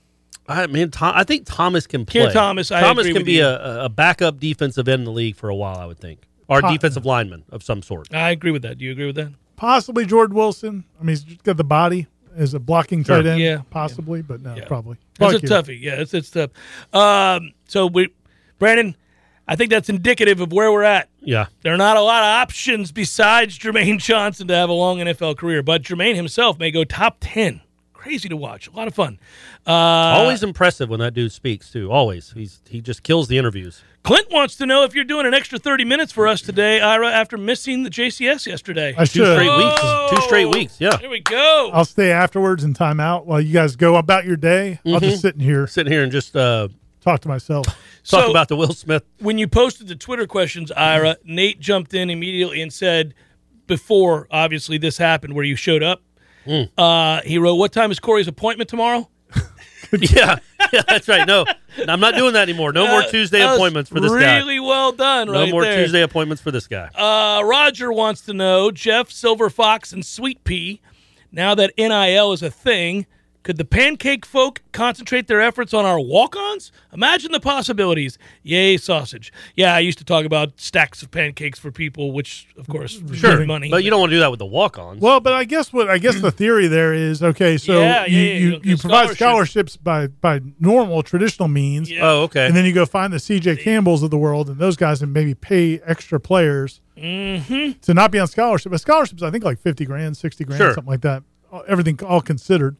Speaker 3: I mean, Tom, I think Thomas can play.
Speaker 1: Keir Thomas, I agree
Speaker 3: can
Speaker 1: with
Speaker 3: be
Speaker 1: you.
Speaker 3: a, a backup defensive end in the league for a while. I would think, or
Speaker 2: Tom-
Speaker 3: defensive lineman of some sort.
Speaker 1: I agree with that. Do you agree with that?
Speaker 2: Possibly Jordan Wilson. I mean, he's got the body as a blocking tight end.
Speaker 1: Yeah.
Speaker 2: Possibly, but no, probably.
Speaker 1: That's
Speaker 2: Fuck
Speaker 1: a
Speaker 2: you.
Speaker 1: toughie. Yeah, it's it's tough. Um, so we, Brandon, I think that's indicative of where we're at.
Speaker 3: Yeah,
Speaker 1: There are not a lot of options besides Jermaine Johnson to have a long NFL career, but Jermaine himself may go top 10. Crazy to watch. A lot of fun. Uh,
Speaker 3: always impressive when that dude speaks too. Always, he's he just kills the interviews.
Speaker 1: Clint wants to know if you're doing an extra 30 minutes for us today, Ira, after missing the JCS yesterday.
Speaker 2: I
Speaker 3: Two
Speaker 2: should.
Speaker 3: straight weeks. Two straight
Speaker 1: Oh.
Speaker 3: weeks. Yeah.
Speaker 1: There we go.
Speaker 2: I'll stay afterwards and time out while you guys go about your day. I'll
Speaker 1: Mm-hmm.
Speaker 2: just sit in here,
Speaker 3: sitting here and just uh,
Speaker 2: talk to myself.
Speaker 3: talk
Speaker 1: So-
Speaker 3: about the Will Smith.
Speaker 1: when you posted the Twitter questions, Ira, Nate jumped in immediately and said, before obviously this happened where you showed up,
Speaker 3: Hmm.
Speaker 1: uh, he wrote, What time is Corey's appointment tomorrow?
Speaker 3: yeah, yeah, that's right. No, I'm not doing that anymore. No more Tuesday
Speaker 1: That was
Speaker 3: appointments for this
Speaker 1: really
Speaker 3: guy.
Speaker 1: Really well done,
Speaker 3: No
Speaker 1: right?
Speaker 3: more
Speaker 1: there.
Speaker 3: Tuesday appointments for this guy.
Speaker 1: Uh, Roger wants to know Jeff, Silver Fox, and Sweet Pea. Now that NIL is a thing, could the pancake folk concentrate their efforts on our walk ons? Imagine the possibilities. Yay, sausage. Yeah, I used to talk about stacks of pancakes for people, which, of course, sure, money.
Speaker 3: but you don't want to do that with the walk-ons.
Speaker 2: Well, but I guess what I guess the theory there is okay. So
Speaker 1: Yeah,
Speaker 2: you,
Speaker 1: yeah,
Speaker 2: you,
Speaker 1: yeah,
Speaker 2: you provide
Speaker 1: scholarships.
Speaker 2: scholarships by by normal traditional means,
Speaker 3: oh, okay.
Speaker 2: and then you go find the CJ Campbells of the world and those guys, and maybe pay extra players
Speaker 1: Mm-hmm.
Speaker 2: to not be on scholarship. But scholarships, I think like fifty grand, sixty grand,
Speaker 3: Sure.
Speaker 2: something like that. All- Everything all considered.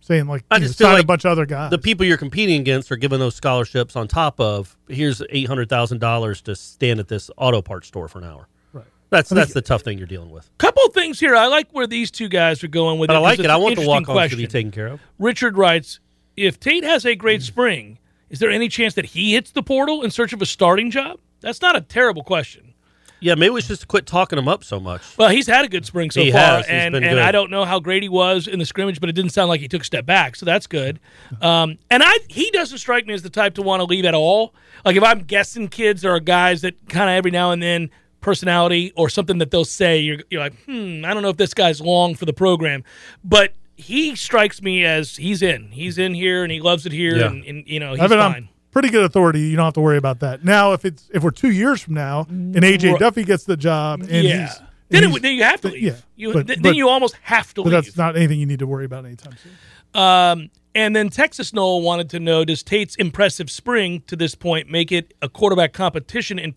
Speaker 2: Saying like
Speaker 3: I
Speaker 2: you know,
Speaker 3: just feel
Speaker 2: sign a
Speaker 3: like
Speaker 2: bunch of other guys.
Speaker 3: the people you're competing against are giving those scholarships on top of here's eight hundred thousand dollars to stand at this auto parts store for an hour. Right. That's that's the tough thing you're dealing with.
Speaker 1: couple things here. I like where these two guys are going with
Speaker 3: But
Speaker 1: it.
Speaker 3: I
Speaker 1: 'cause
Speaker 3: like
Speaker 1: it's
Speaker 3: it. I
Speaker 1: an
Speaker 3: want the
Speaker 1: interesting
Speaker 3: walk-ons to be
Speaker 1: question.
Speaker 3: taken Mm. care of.
Speaker 1: Richard writes, if Tate has a great spring, is there any chance that he hits the portal in search of a starting job? That's not a terrible question.
Speaker 3: Yeah, maybe we should just quit talking them up so much.
Speaker 1: Well, he's had a good spring so
Speaker 3: He
Speaker 1: far,
Speaker 3: has. He's
Speaker 1: and
Speaker 3: been
Speaker 1: and
Speaker 3: good.
Speaker 1: I don't know how great he was in the scrimmage, but it didn't sound like he took a step back, so that's good. Um, and I he doesn't strike me as the type to want to leave at all. Like if I'm guessing, kids there are guys that kind of every now and then personality or something that they'll say, you're you're like, hmm, I don't know if this guy's long for the program, but. He strikes me as he's in. He's in here and he loves it here,
Speaker 3: Yeah.
Speaker 1: and, and you know he's
Speaker 2: I've been
Speaker 1: fine.
Speaker 2: on pretty good authority. You don't have to worry about that. Now, if it's if we're two years from now and AJ
Speaker 1: Right.
Speaker 2: Duffy gets the job, and
Speaker 1: yeah.
Speaker 2: he's, and
Speaker 1: then, it,
Speaker 2: he's-
Speaker 1: would- then you have to
Speaker 2: th-
Speaker 1: leave.
Speaker 2: yeah,
Speaker 1: you,
Speaker 2: but-
Speaker 1: th-
Speaker 2: but-
Speaker 1: then you almost have to
Speaker 2: but
Speaker 1: leave.
Speaker 2: that's not anything you need to worry about anytime soon.
Speaker 1: Um, and then Texas Noel wanted to know Does Tate's impressive spring to this point make it a quarterback competition in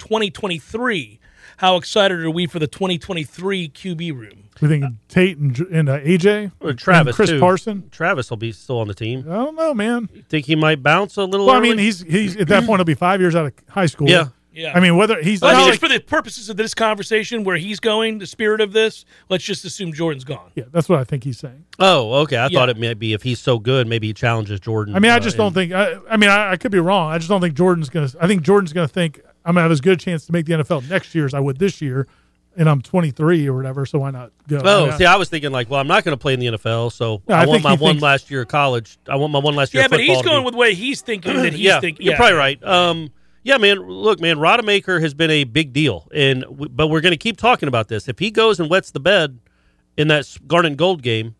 Speaker 1: 2023? How excited are we for the 2023 QB room?
Speaker 2: We think Tate and, J- and uh, AJ,
Speaker 3: Or Travis,
Speaker 2: and Chris
Speaker 3: too.
Speaker 2: Parson.
Speaker 3: Travis will be still on the team.
Speaker 2: I don't know, man.
Speaker 3: Think he might bounce a little.
Speaker 2: Well, I mean,
Speaker 3: early?
Speaker 2: he's he's at that point he'll be five years out of high school.
Speaker 3: Yeah.
Speaker 1: Yeah.
Speaker 2: I mean, whether he's
Speaker 1: I think
Speaker 2: not
Speaker 1: just for the purposes of this conversation, where he's going, the spirit of this, let's just assume Jordan's gone.
Speaker 2: yeah, that's what I think he's saying.
Speaker 3: Oh, okay. I
Speaker 1: Yeah.
Speaker 3: thought it might be if he's so good, maybe he challenges Jordan.
Speaker 2: I mean, I
Speaker 3: uh,
Speaker 2: just
Speaker 3: in-
Speaker 2: don't think. I, I mean, I, I could be wrong. I just don't think Jordan's gonna. I think Jordan's gonna think I'm gonna have as good a chance to make the NFL next year as I would this year, and I'm 23 or whatever. So why not go?
Speaker 3: Oh,
Speaker 2: yeah.
Speaker 3: see, I was thinking like, well, I'm not going to play in the NFL, so
Speaker 2: No, I
Speaker 3: I, want
Speaker 2: think
Speaker 3: my
Speaker 2: he
Speaker 3: one
Speaker 2: thinks-
Speaker 3: last year of college. I want my one last year.
Speaker 1: Yeah,
Speaker 3: of
Speaker 1: but he's
Speaker 3: football to
Speaker 1: going
Speaker 3: be-
Speaker 1: with what he's thinking
Speaker 3: <clears throat>
Speaker 1: that he's
Speaker 3: yeah,
Speaker 1: thinking.
Speaker 3: You're
Speaker 1: yeah.
Speaker 3: probably right. Um, yeah, man. Look, man, Rodemaker has been a big deal, and w- but we're going to keep talking about this. If he goes and wets the bed in that s- Garden Gold game,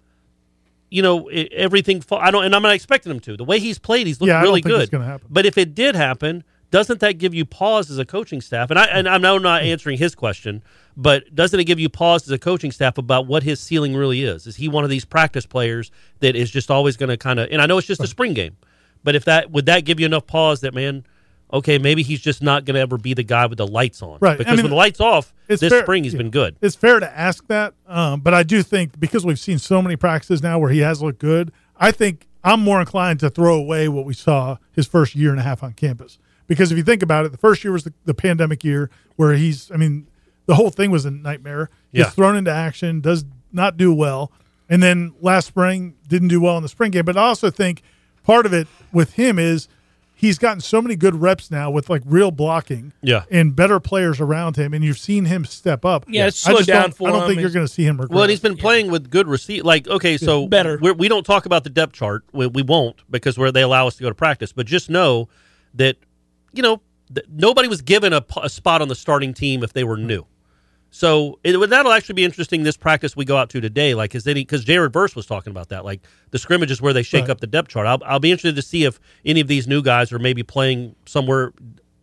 Speaker 3: you know i everything. Fa- I don't, and I'm not expecting him to. The way he's played, he's looked
Speaker 2: Yeah, I don't
Speaker 3: really
Speaker 2: think
Speaker 3: good.
Speaker 2: it's gonna happen.
Speaker 3: But if it did happen, doesn't that give you pause as a coaching staff? And I and I'm now not answering his question, but doesn't it give you pause as a coaching staff about what his ceiling really is? Is he one of these practice players that is just always going to kind of? And I know it's just a spring game, but if that would that give you enough pause that man, okay, maybe he's just not going to ever be the guy with the lights on,
Speaker 2: Right, I
Speaker 3: Because
Speaker 2: mean,
Speaker 3: when the lights off,
Speaker 2: it's
Speaker 3: this
Speaker 2: fair-
Speaker 3: spring he's
Speaker 2: yeah.
Speaker 3: been good.
Speaker 2: It's fair to ask that, um, but I do think because we've seen so many practices now where he has looked good, I think I'm more inclined to throw away what we saw his first year and a half on campus. Because if you think about it, the first year was the, the pandemic year where he's, I mean, the whole thing was a nightmare. He's
Speaker 3: Yeah.
Speaker 2: thrown into action, does not do well. And then last spring, didn't do well in the spring game. But I also think part of it with him is he's gotten so many good reps now with like real blocking
Speaker 3: Yeah.
Speaker 2: and better players around him, and you've seen him step up.
Speaker 1: Yeah, it's
Speaker 2: I
Speaker 1: slowed
Speaker 2: just
Speaker 1: down
Speaker 2: don't,
Speaker 1: for
Speaker 2: I don't
Speaker 1: him.
Speaker 2: think you're
Speaker 1: It's-
Speaker 2: going to see him regret.
Speaker 3: Well, and he's been playing with good receipt. Like, okay, so
Speaker 1: Better.
Speaker 3: We're, we don't talk about the depth chart. We, we won't because where they allow us to go to practice. But just know that you know th- nobody was given a, p- a spot on the starting team if they were new. So it, would- that'll actually be interesting. This practice we go out to today, like, is any because Jared Verse was talking about that, like the scrimmage is where they shake
Speaker 2: Right.
Speaker 3: up the depth chart. I'll, I'll be interested to see if any of these new guys are maybe playing somewhere.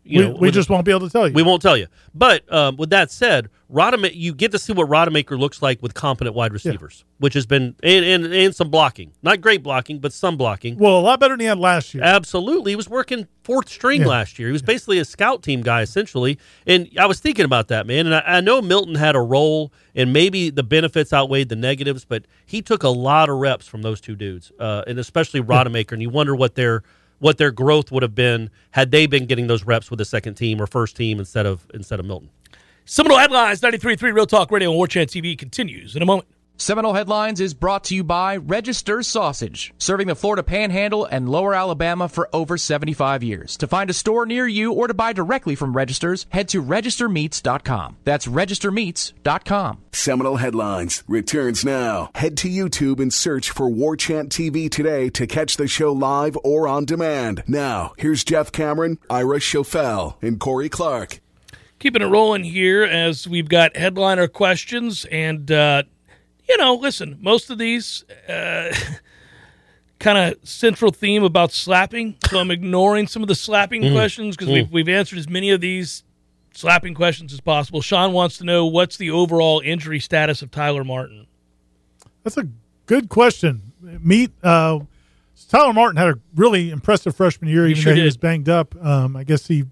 Speaker 3: You
Speaker 2: we,
Speaker 3: know,
Speaker 2: we
Speaker 3: with-
Speaker 2: just won't be able to tell you.
Speaker 3: we won't tell you. But um, with that said, Rodema- you get to see what Rodemaker looks like with competent wide receivers, which has been and, and and some blocking, not great blocking, but some blocking.
Speaker 2: Well, a lot better than he had last year.
Speaker 3: Absolutely, he was working fourth string
Speaker 2: Yeah.
Speaker 3: last year. He was basically a scout team guy essentially. And I was thinking about that man, and I, I know Milton had a role, and maybe the benefits outweighed the negatives, but he took a lot of reps from those two dudes, uh, and especially Rodemaker. And you wonder what their what their growth would have been had they been getting those reps with the second team or first team instead of instead of Milton.
Speaker 1: Seminole Headlines 93.3 Real Talk Radio and War Chant TV continues in a moment.
Speaker 4: Seminole Headlines is brought to you by Register Sausage, serving the Florida Panhandle and Lower Alabama for over 75 years. To find a store near you or to buy directly from Registers, head to registermeats.com. That's registermeats.com.
Speaker 5: Seminole Headlines returns now. Head to YouTube and search for War Chant TV today to catch the show live or on demand. Now, here's Jeff Cameron, Ira Schofel, and Corey Clark.
Speaker 1: keeping it rolling here as we've got headliner questions and uh, you know listen most of these uh, <laughs> kind of central theme about slapping so i'm ignoring some of the slapping
Speaker 3: Mm-hmm.
Speaker 1: questions because we've, we've answered as many of these slapping questions as possible sean wants to know what's the overall injury status of tyler martin
Speaker 2: That's a good question. Meet uh, Tyler Martin had a really impressive freshman year, even
Speaker 1: sure
Speaker 2: though
Speaker 1: did.
Speaker 2: he was banged up. Um, I guess he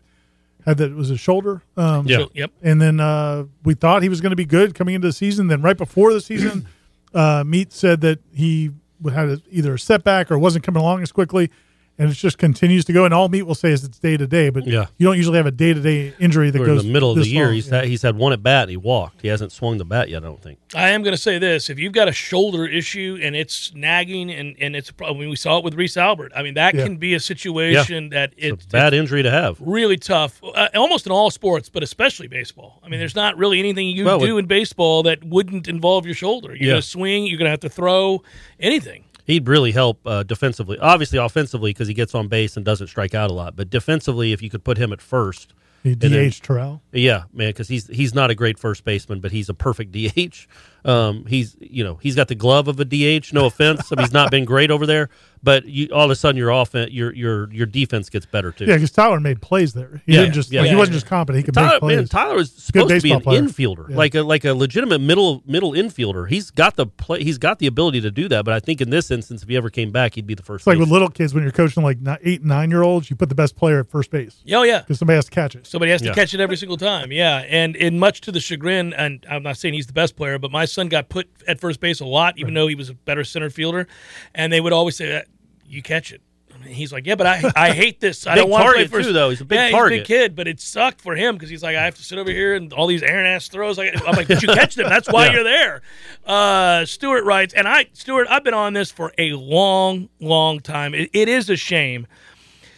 Speaker 2: had that it was his shoulder. Um,
Speaker 3: Yeah.
Speaker 1: So- yep
Speaker 2: And then uh, we thought he was going to be good coming into the season. Then right before the season, <clears throat> uh, Meat said that he had a, either a setback or wasn't coming along as quickly, and it just continues to go. And all Meat will say is it's day to day, but
Speaker 3: Yeah.
Speaker 2: you don't usually have a day to day injury that
Speaker 3: We're in
Speaker 2: goes
Speaker 3: the middle of the
Speaker 2: this
Speaker 3: year.
Speaker 2: long.
Speaker 3: he's
Speaker 2: Yeah.
Speaker 3: had, he's had one at bat. And he walked. He hasn't swung the bat yet. I don't think.
Speaker 1: I am going to say this: if you've got a shoulder issue and it's nagging, and and it's probably we saw it with Reese Albert. I mean, that
Speaker 2: Yeah.
Speaker 1: can be a situation that
Speaker 3: It's
Speaker 1: it,
Speaker 3: a bad injury to have.
Speaker 1: really tough, uh, almost in all sports, but especially baseball. I mean, there's not really anything you
Speaker 3: Mm-hmm. Well,
Speaker 1: do
Speaker 3: with-
Speaker 1: in baseball that wouldn't involve your shoulder. You're
Speaker 3: Yeah.
Speaker 1: going to swing, you're going to have to throw, anything.
Speaker 3: He'd really help uh, defensively. Obviously, offensively because he gets on base and doesn't strike out a lot. But defensively, if you could put him at first,
Speaker 2: He
Speaker 3: then-
Speaker 2: DH Terrell.
Speaker 3: yeah, man, because he's he's not a great first baseman, but he's a perfect <laughs> DH. Um, he's you know he's got the glove of a DH. No offense, I mean, he's not been great over there, but you, all of a sudden your offense, your your your defense gets better too.
Speaker 2: Yeah, because Tyler made plays there. He
Speaker 3: Yeah,
Speaker 2: didn't just
Speaker 3: yeah,
Speaker 2: like,
Speaker 3: yeah,
Speaker 2: he wasn't
Speaker 1: yeah.
Speaker 2: just competent. He could make
Speaker 3: Tyler,
Speaker 2: plays.
Speaker 3: man, Tyler is supposed to be an
Speaker 2: baseball player.
Speaker 3: infielder,
Speaker 2: Yeah.
Speaker 3: like a like a legitimate middle middle infielder. He's got the play, he's got the ability to do that. But I think in this instance, if he ever came back, he'd be the first.
Speaker 2: it's like with
Speaker 3: baseman.
Speaker 2: little kids when you're coaching like ni- eight and nine year olds, you put the best player at first base
Speaker 1: Oh yeah,
Speaker 2: because somebody has to catch it.
Speaker 1: somebody has to
Speaker 3: Yeah.
Speaker 1: catch it every single time. Yeah, and in much to the chagrin, and I'm not saying he's the best player, but my son got put at first base a lot, even though he was a better center fielder, and they would always say, "Uh, "You catch it." And And he's like, yeah, but I, I hate this. I
Speaker 3: Big
Speaker 1: don't want to play
Speaker 3: target,
Speaker 1: for
Speaker 3: too, though. He's a big
Speaker 1: yeah, He's
Speaker 3: target.
Speaker 1: a big kid, but it sucked for him because he's like, I have to sit over here and all these errant ass throws. I I'm
Speaker 3: <laughs>
Speaker 1: like, but you catch them. That's why
Speaker 3: Yeah.
Speaker 1: you're there. Uh, Stewart writes, and I, Stewart, I've been on this for a long, long time. It, it is a shame.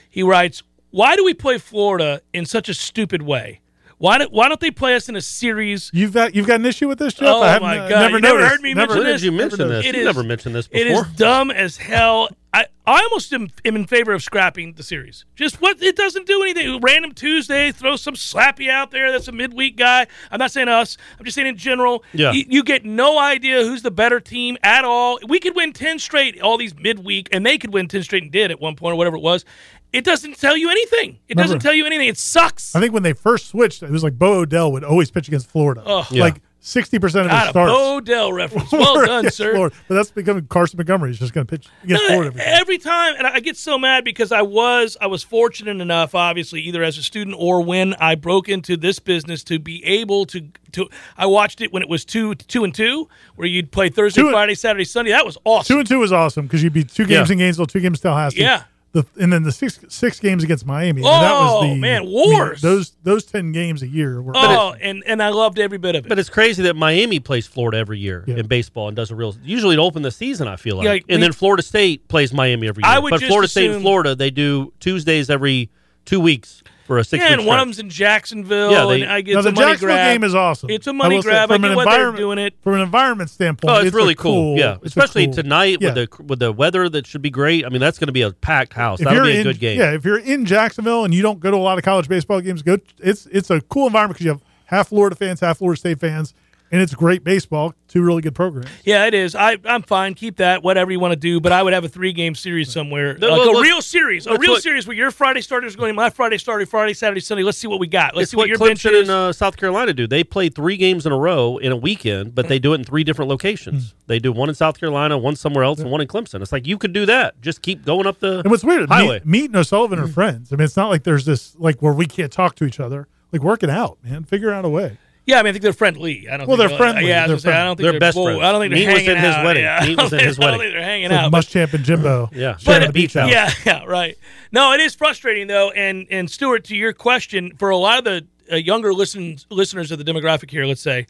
Speaker 1: He writes, why do we play Florida in such a stupid way? Why, do, why don't they play us in a series?
Speaker 2: You've got you've got an issue with this, Jeff?
Speaker 1: Oh,
Speaker 2: I haven't,
Speaker 1: my
Speaker 2: uh,
Speaker 1: God.
Speaker 2: Never
Speaker 1: You never
Speaker 2: noticed.
Speaker 1: heard me
Speaker 2: Never-
Speaker 1: mention
Speaker 3: When
Speaker 1: this?
Speaker 3: did you mention
Speaker 2: Never
Speaker 3: this?
Speaker 1: It
Speaker 3: You
Speaker 1: is-
Speaker 3: never mentioned this
Speaker 1: It
Speaker 3: before.
Speaker 1: is dumb as hell. I, I almost am, am in favor of scrapping the series. Just what it doesn't do anything. Random Tuesday, throw some slappy out there. That's a midweek guy. I'm not saying us. I'm just saying in general.
Speaker 3: Yeah.
Speaker 1: You, you get no idea who's the better team at all. We could win ten straight. All these midweek, and they could win ten straight and did at one point or whatever it was. It doesn't tell you anything. It doesn't
Speaker 2: Remember-
Speaker 1: tell you anything. It sucks.
Speaker 2: I think when they first switched, it was like Bo Odell would always pitch against Florida.
Speaker 3: Yeah.
Speaker 2: Like sixty percent of his
Speaker 1: Got a
Speaker 2: starts.
Speaker 1: Bo Dell
Speaker 2: <laughs>
Speaker 1: reference. Well
Speaker 2: were
Speaker 1: done,
Speaker 2: against
Speaker 1: sir.
Speaker 2: Florida. But that's becoming Carson Montgomery. He's just going to pitch against
Speaker 1: No,
Speaker 2: Florida. every time.
Speaker 1: every time, and I get so mad because I was I was fortunate enough, obviously, either as a student or when I broke into this business to be able to to. I watched it when it was two two and two, where you'd play Thursday,
Speaker 2: Two and-
Speaker 1: Friday, Saturday, Sunday. That was awesome.
Speaker 2: Two and two was awesome because you beat two games in Gainesville, two games in Tallahassee.
Speaker 1: Yeah.
Speaker 2: The, and then the six six games against Miami.
Speaker 1: Oh,
Speaker 2: that was the
Speaker 1: man,
Speaker 2: I mean,
Speaker 1: wars.
Speaker 2: those those ten games a year were
Speaker 1: oh, and and I loved every bit of it.
Speaker 3: But it's crazy that Miami plays Florida every year
Speaker 2: Yeah.
Speaker 3: in baseball and doesn't real. Usually, to open the season, I feel like,
Speaker 1: Yeah, we-
Speaker 3: and then Florida State plays Miami every year.
Speaker 1: I would
Speaker 3: but
Speaker 1: just
Speaker 3: Florida State
Speaker 1: assume-
Speaker 3: and Florida, they do Tuesdays every two weeks for a six.
Speaker 1: yeah, and one of them's in Jacksonville.
Speaker 3: Yeah, they-
Speaker 1: and I get
Speaker 2: now
Speaker 1: it's
Speaker 2: the
Speaker 1: a money
Speaker 2: Jacksonville
Speaker 1: grab.
Speaker 2: game is awesome.
Speaker 1: It's a
Speaker 2: I
Speaker 1: money
Speaker 2: will say,
Speaker 1: grab. I
Speaker 2: From
Speaker 1: get
Speaker 2: an
Speaker 1: why they're
Speaker 2: environment
Speaker 1: doing it.
Speaker 2: from an environment standpoint.
Speaker 3: Oh, it's,
Speaker 2: a
Speaker 3: really cool. Yeah,
Speaker 2: it's a
Speaker 3: especially
Speaker 2: cool-
Speaker 3: tonight
Speaker 2: yeah.
Speaker 3: with the with the weather that should be great. I mean, that's going to be a packed house.
Speaker 2: If
Speaker 3: That'll
Speaker 2: you're
Speaker 3: be a
Speaker 2: in,
Speaker 3: good game.
Speaker 2: Yeah, if you're in Jacksonville and you don't go to a lot of college baseball games, go. It's it's a cool environment because you have half Florida fans, half Florida State fans, and it's great baseball. Two really good programs.
Speaker 1: Yeah, it is. I, I'm fine. Keep that. Whatever you want to do. But I would have a three game series somewhere,
Speaker 3: The-
Speaker 1: like
Speaker 3: look-
Speaker 1: a
Speaker 3: look-
Speaker 1: real series, a
Speaker 3: look-
Speaker 1: real
Speaker 3: look-
Speaker 1: series where your Friday starter is going to my Friday starter, Friday, Saturday, Sunday. Let's see what we got. Let's
Speaker 3: it's
Speaker 1: see what,
Speaker 3: what
Speaker 1: your bench
Speaker 3: Clemson
Speaker 1: is.
Speaker 3: and uh, South Carolina do. They play three games in a row in a weekend, but they do it in three different locations. They do one in South Carolina, one somewhere else, and one in Clemson. It's like you could do that. Just keep going up the
Speaker 2: And what's weird,
Speaker 3: highway.
Speaker 2: Meat, Meat and O'Sullivan are friends. I mean, it's not like there's this like where we can't talk to each other. Like work it out, man. Figure out a way.
Speaker 1: yeah, I mean, I think they're friendly. I don't.
Speaker 2: Well,
Speaker 1: think
Speaker 2: they're
Speaker 1: uh,
Speaker 2: friendly.
Speaker 1: Yeah, I,
Speaker 2: They're
Speaker 1: was gonna say, I don't
Speaker 3: friendly.
Speaker 1: think
Speaker 3: They're
Speaker 1: they're
Speaker 3: best
Speaker 1: cool.
Speaker 3: friends.
Speaker 1: I don't think
Speaker 3: Meat
Speaker 1: they're
Speaker 3: was
Speaker 1: hanging
Speaker 3: in his
Speaker 1: out.
Speaker 3: wedding.
Speaker 1: Yeah.
Speaker 3: Meat was in his
Speaker 1: <laughs> I don't
Speaker 3: wedding.
Speaker 1: think they're hanging
Speaker 2: It's like
Speaker 1: out. but-
Speaker 2: Muschamp and Jimbo.
Speaker 3: <laughs> Yeah.
Speaker 2: sharing
Speaker 3: But-
Speaker 2: a beach house.
Speaker 1: Yeah, <laughs> yeah, right. No, it is frustrating though. And and Stuart, to your question, for a lot of the uh, younger listen, listeners of the demographic here, let's say.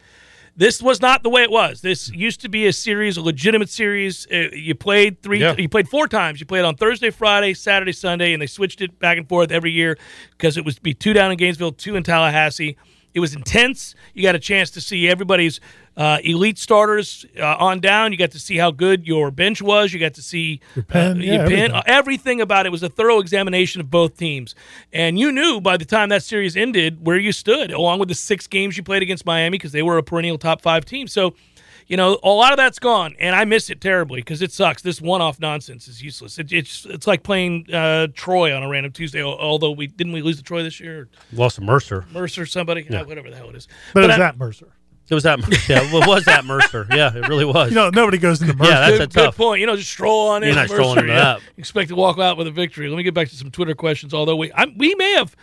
Speaker 1: This was not the way it was. This used to be a series, a legitimate series. Uh, You played three,
Speaker 3: Yeah.
Speaker 1: you played four times. You played on Thursday, Friday, Saturday, Sunday, and they switched it back and forth every year because it was be two down in Gainesville, two in Tallahassee. It was intense. You got a chance to see everybody's uh, elite starters uh, on down. You got to see how good your bench was. You got to see your
Speaker 2: pen, yeah, everything.
Speaker 1: uh, everything about it was a thorough examination of both teams. And you knew by the time that series ended where you stood, along with the six games you played against Miami, because they were a perennial top five team. So, you know, a lot of that's gone, and I miss it terribly because it sucks. This one-off nonsense is useless. It, it's it's like playing uh, Troy on a random Tuesday. al- Although we didn't we lose to Troy this year, or
Speaker 3: Lost to Mercer.
Speaker 1: Mercer, somebody, Ah, whatever the hell it is.
Speaker 2: But, it was
Speaker 1: I-
Speaker 2: that Mercer.
Speaker 3: It was that. Yeah, it was that Mercer. Yeah, it really was.
Speaker 2: You know, nobody goes into
Speaker 3: <laughs>
Speaker 2: Mercer.
Speaker 3: yeah, that's a
Speaker 1: good, good
Speaker 3: tough.
Speaker 1: point. You know, just stroll on in.
Speaker 3: You're not
Speaker 1: Mercer,
Speaker 3: strolling into
Speaker 1: yeah.
Speaker 3: that.
Speaker 1: <laughs> Expect to walk out with a victory. Let me get back to some Twitter questions. Although we I'm, we may have,